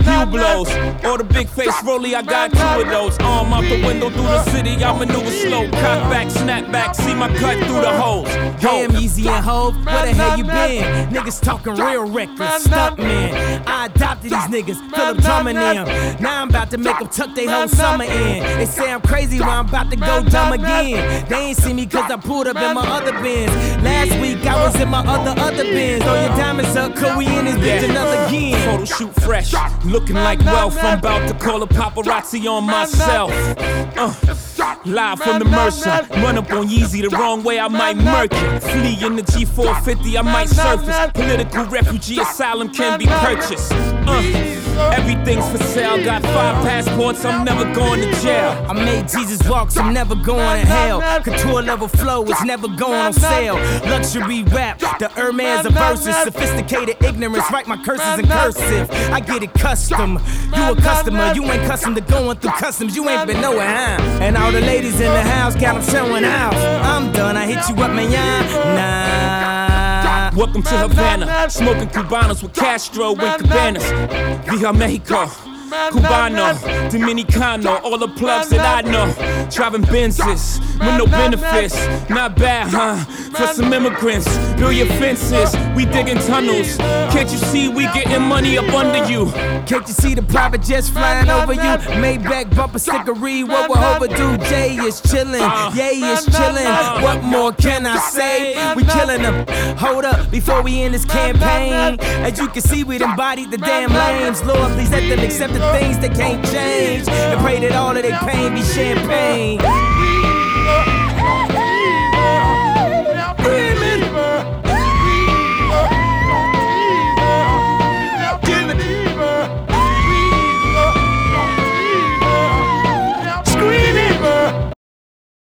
Pew blows. Or the big face rolly, I got two of those. Arm out the window through the city, I maneuver slow. Cock back, snap back, see my cut through the holes. Damn, Yeezy and Hove, where the hell you been? Niggas talking real reckless, stuntman. I adopted these niggas, Philip Drummond them. Now I'm about to make them tuck they whole summer in. They say I'm crazy, well, I'm about to go dumb again. They ain't see me cause I pulled up in my other bins. Last week I was in my other, other bins. Throw your diamonds up, cause we in this bitch another game. Photo shoot fresh, looking like wealth. I'm about to call a paparazzi on myself. Uh, Live from the Mercer. Run up on Yeezy the wrong way, I might murk it. Flee in the G450, I might surface. Political refugee asylum can be purchased. Uh, everything's for sale. Got five passports, I'm never going to jail. I made Jesus walk, so I'm never going to hell. Couture level flow is never going on sale. Luxury rap, the Hermes of verses. Sophisticated ignorance, write my curses in cursive. I get it custom. You a customer, you ain't custom to going through customs. You ain't been nowhere, huh? And all the ladies in the house got them showing out. I'm done, I hit you up, man, yeah. Nah. Welcome to Havana. Smoking Cubanos with Castro and Cabanas. Viva Mexico. Cubano, Dominicano, all the plugs that I know. Driving Benzes with no benefits. Not bad, huh? For some immigrants, build your fences. We digging tunnels. Can't you see we getting money up under you? Can't you see the private jets flying over you? Maybach bumper stickery, what we're overdue. Jay is chilling, yay is chilling. What more can I say? We killing them. Hold up, before we end this campaign. As you can see, we done bodied the damn lames. Lord, please let them accept the things that can't change. And pray that all of their pain be champagne.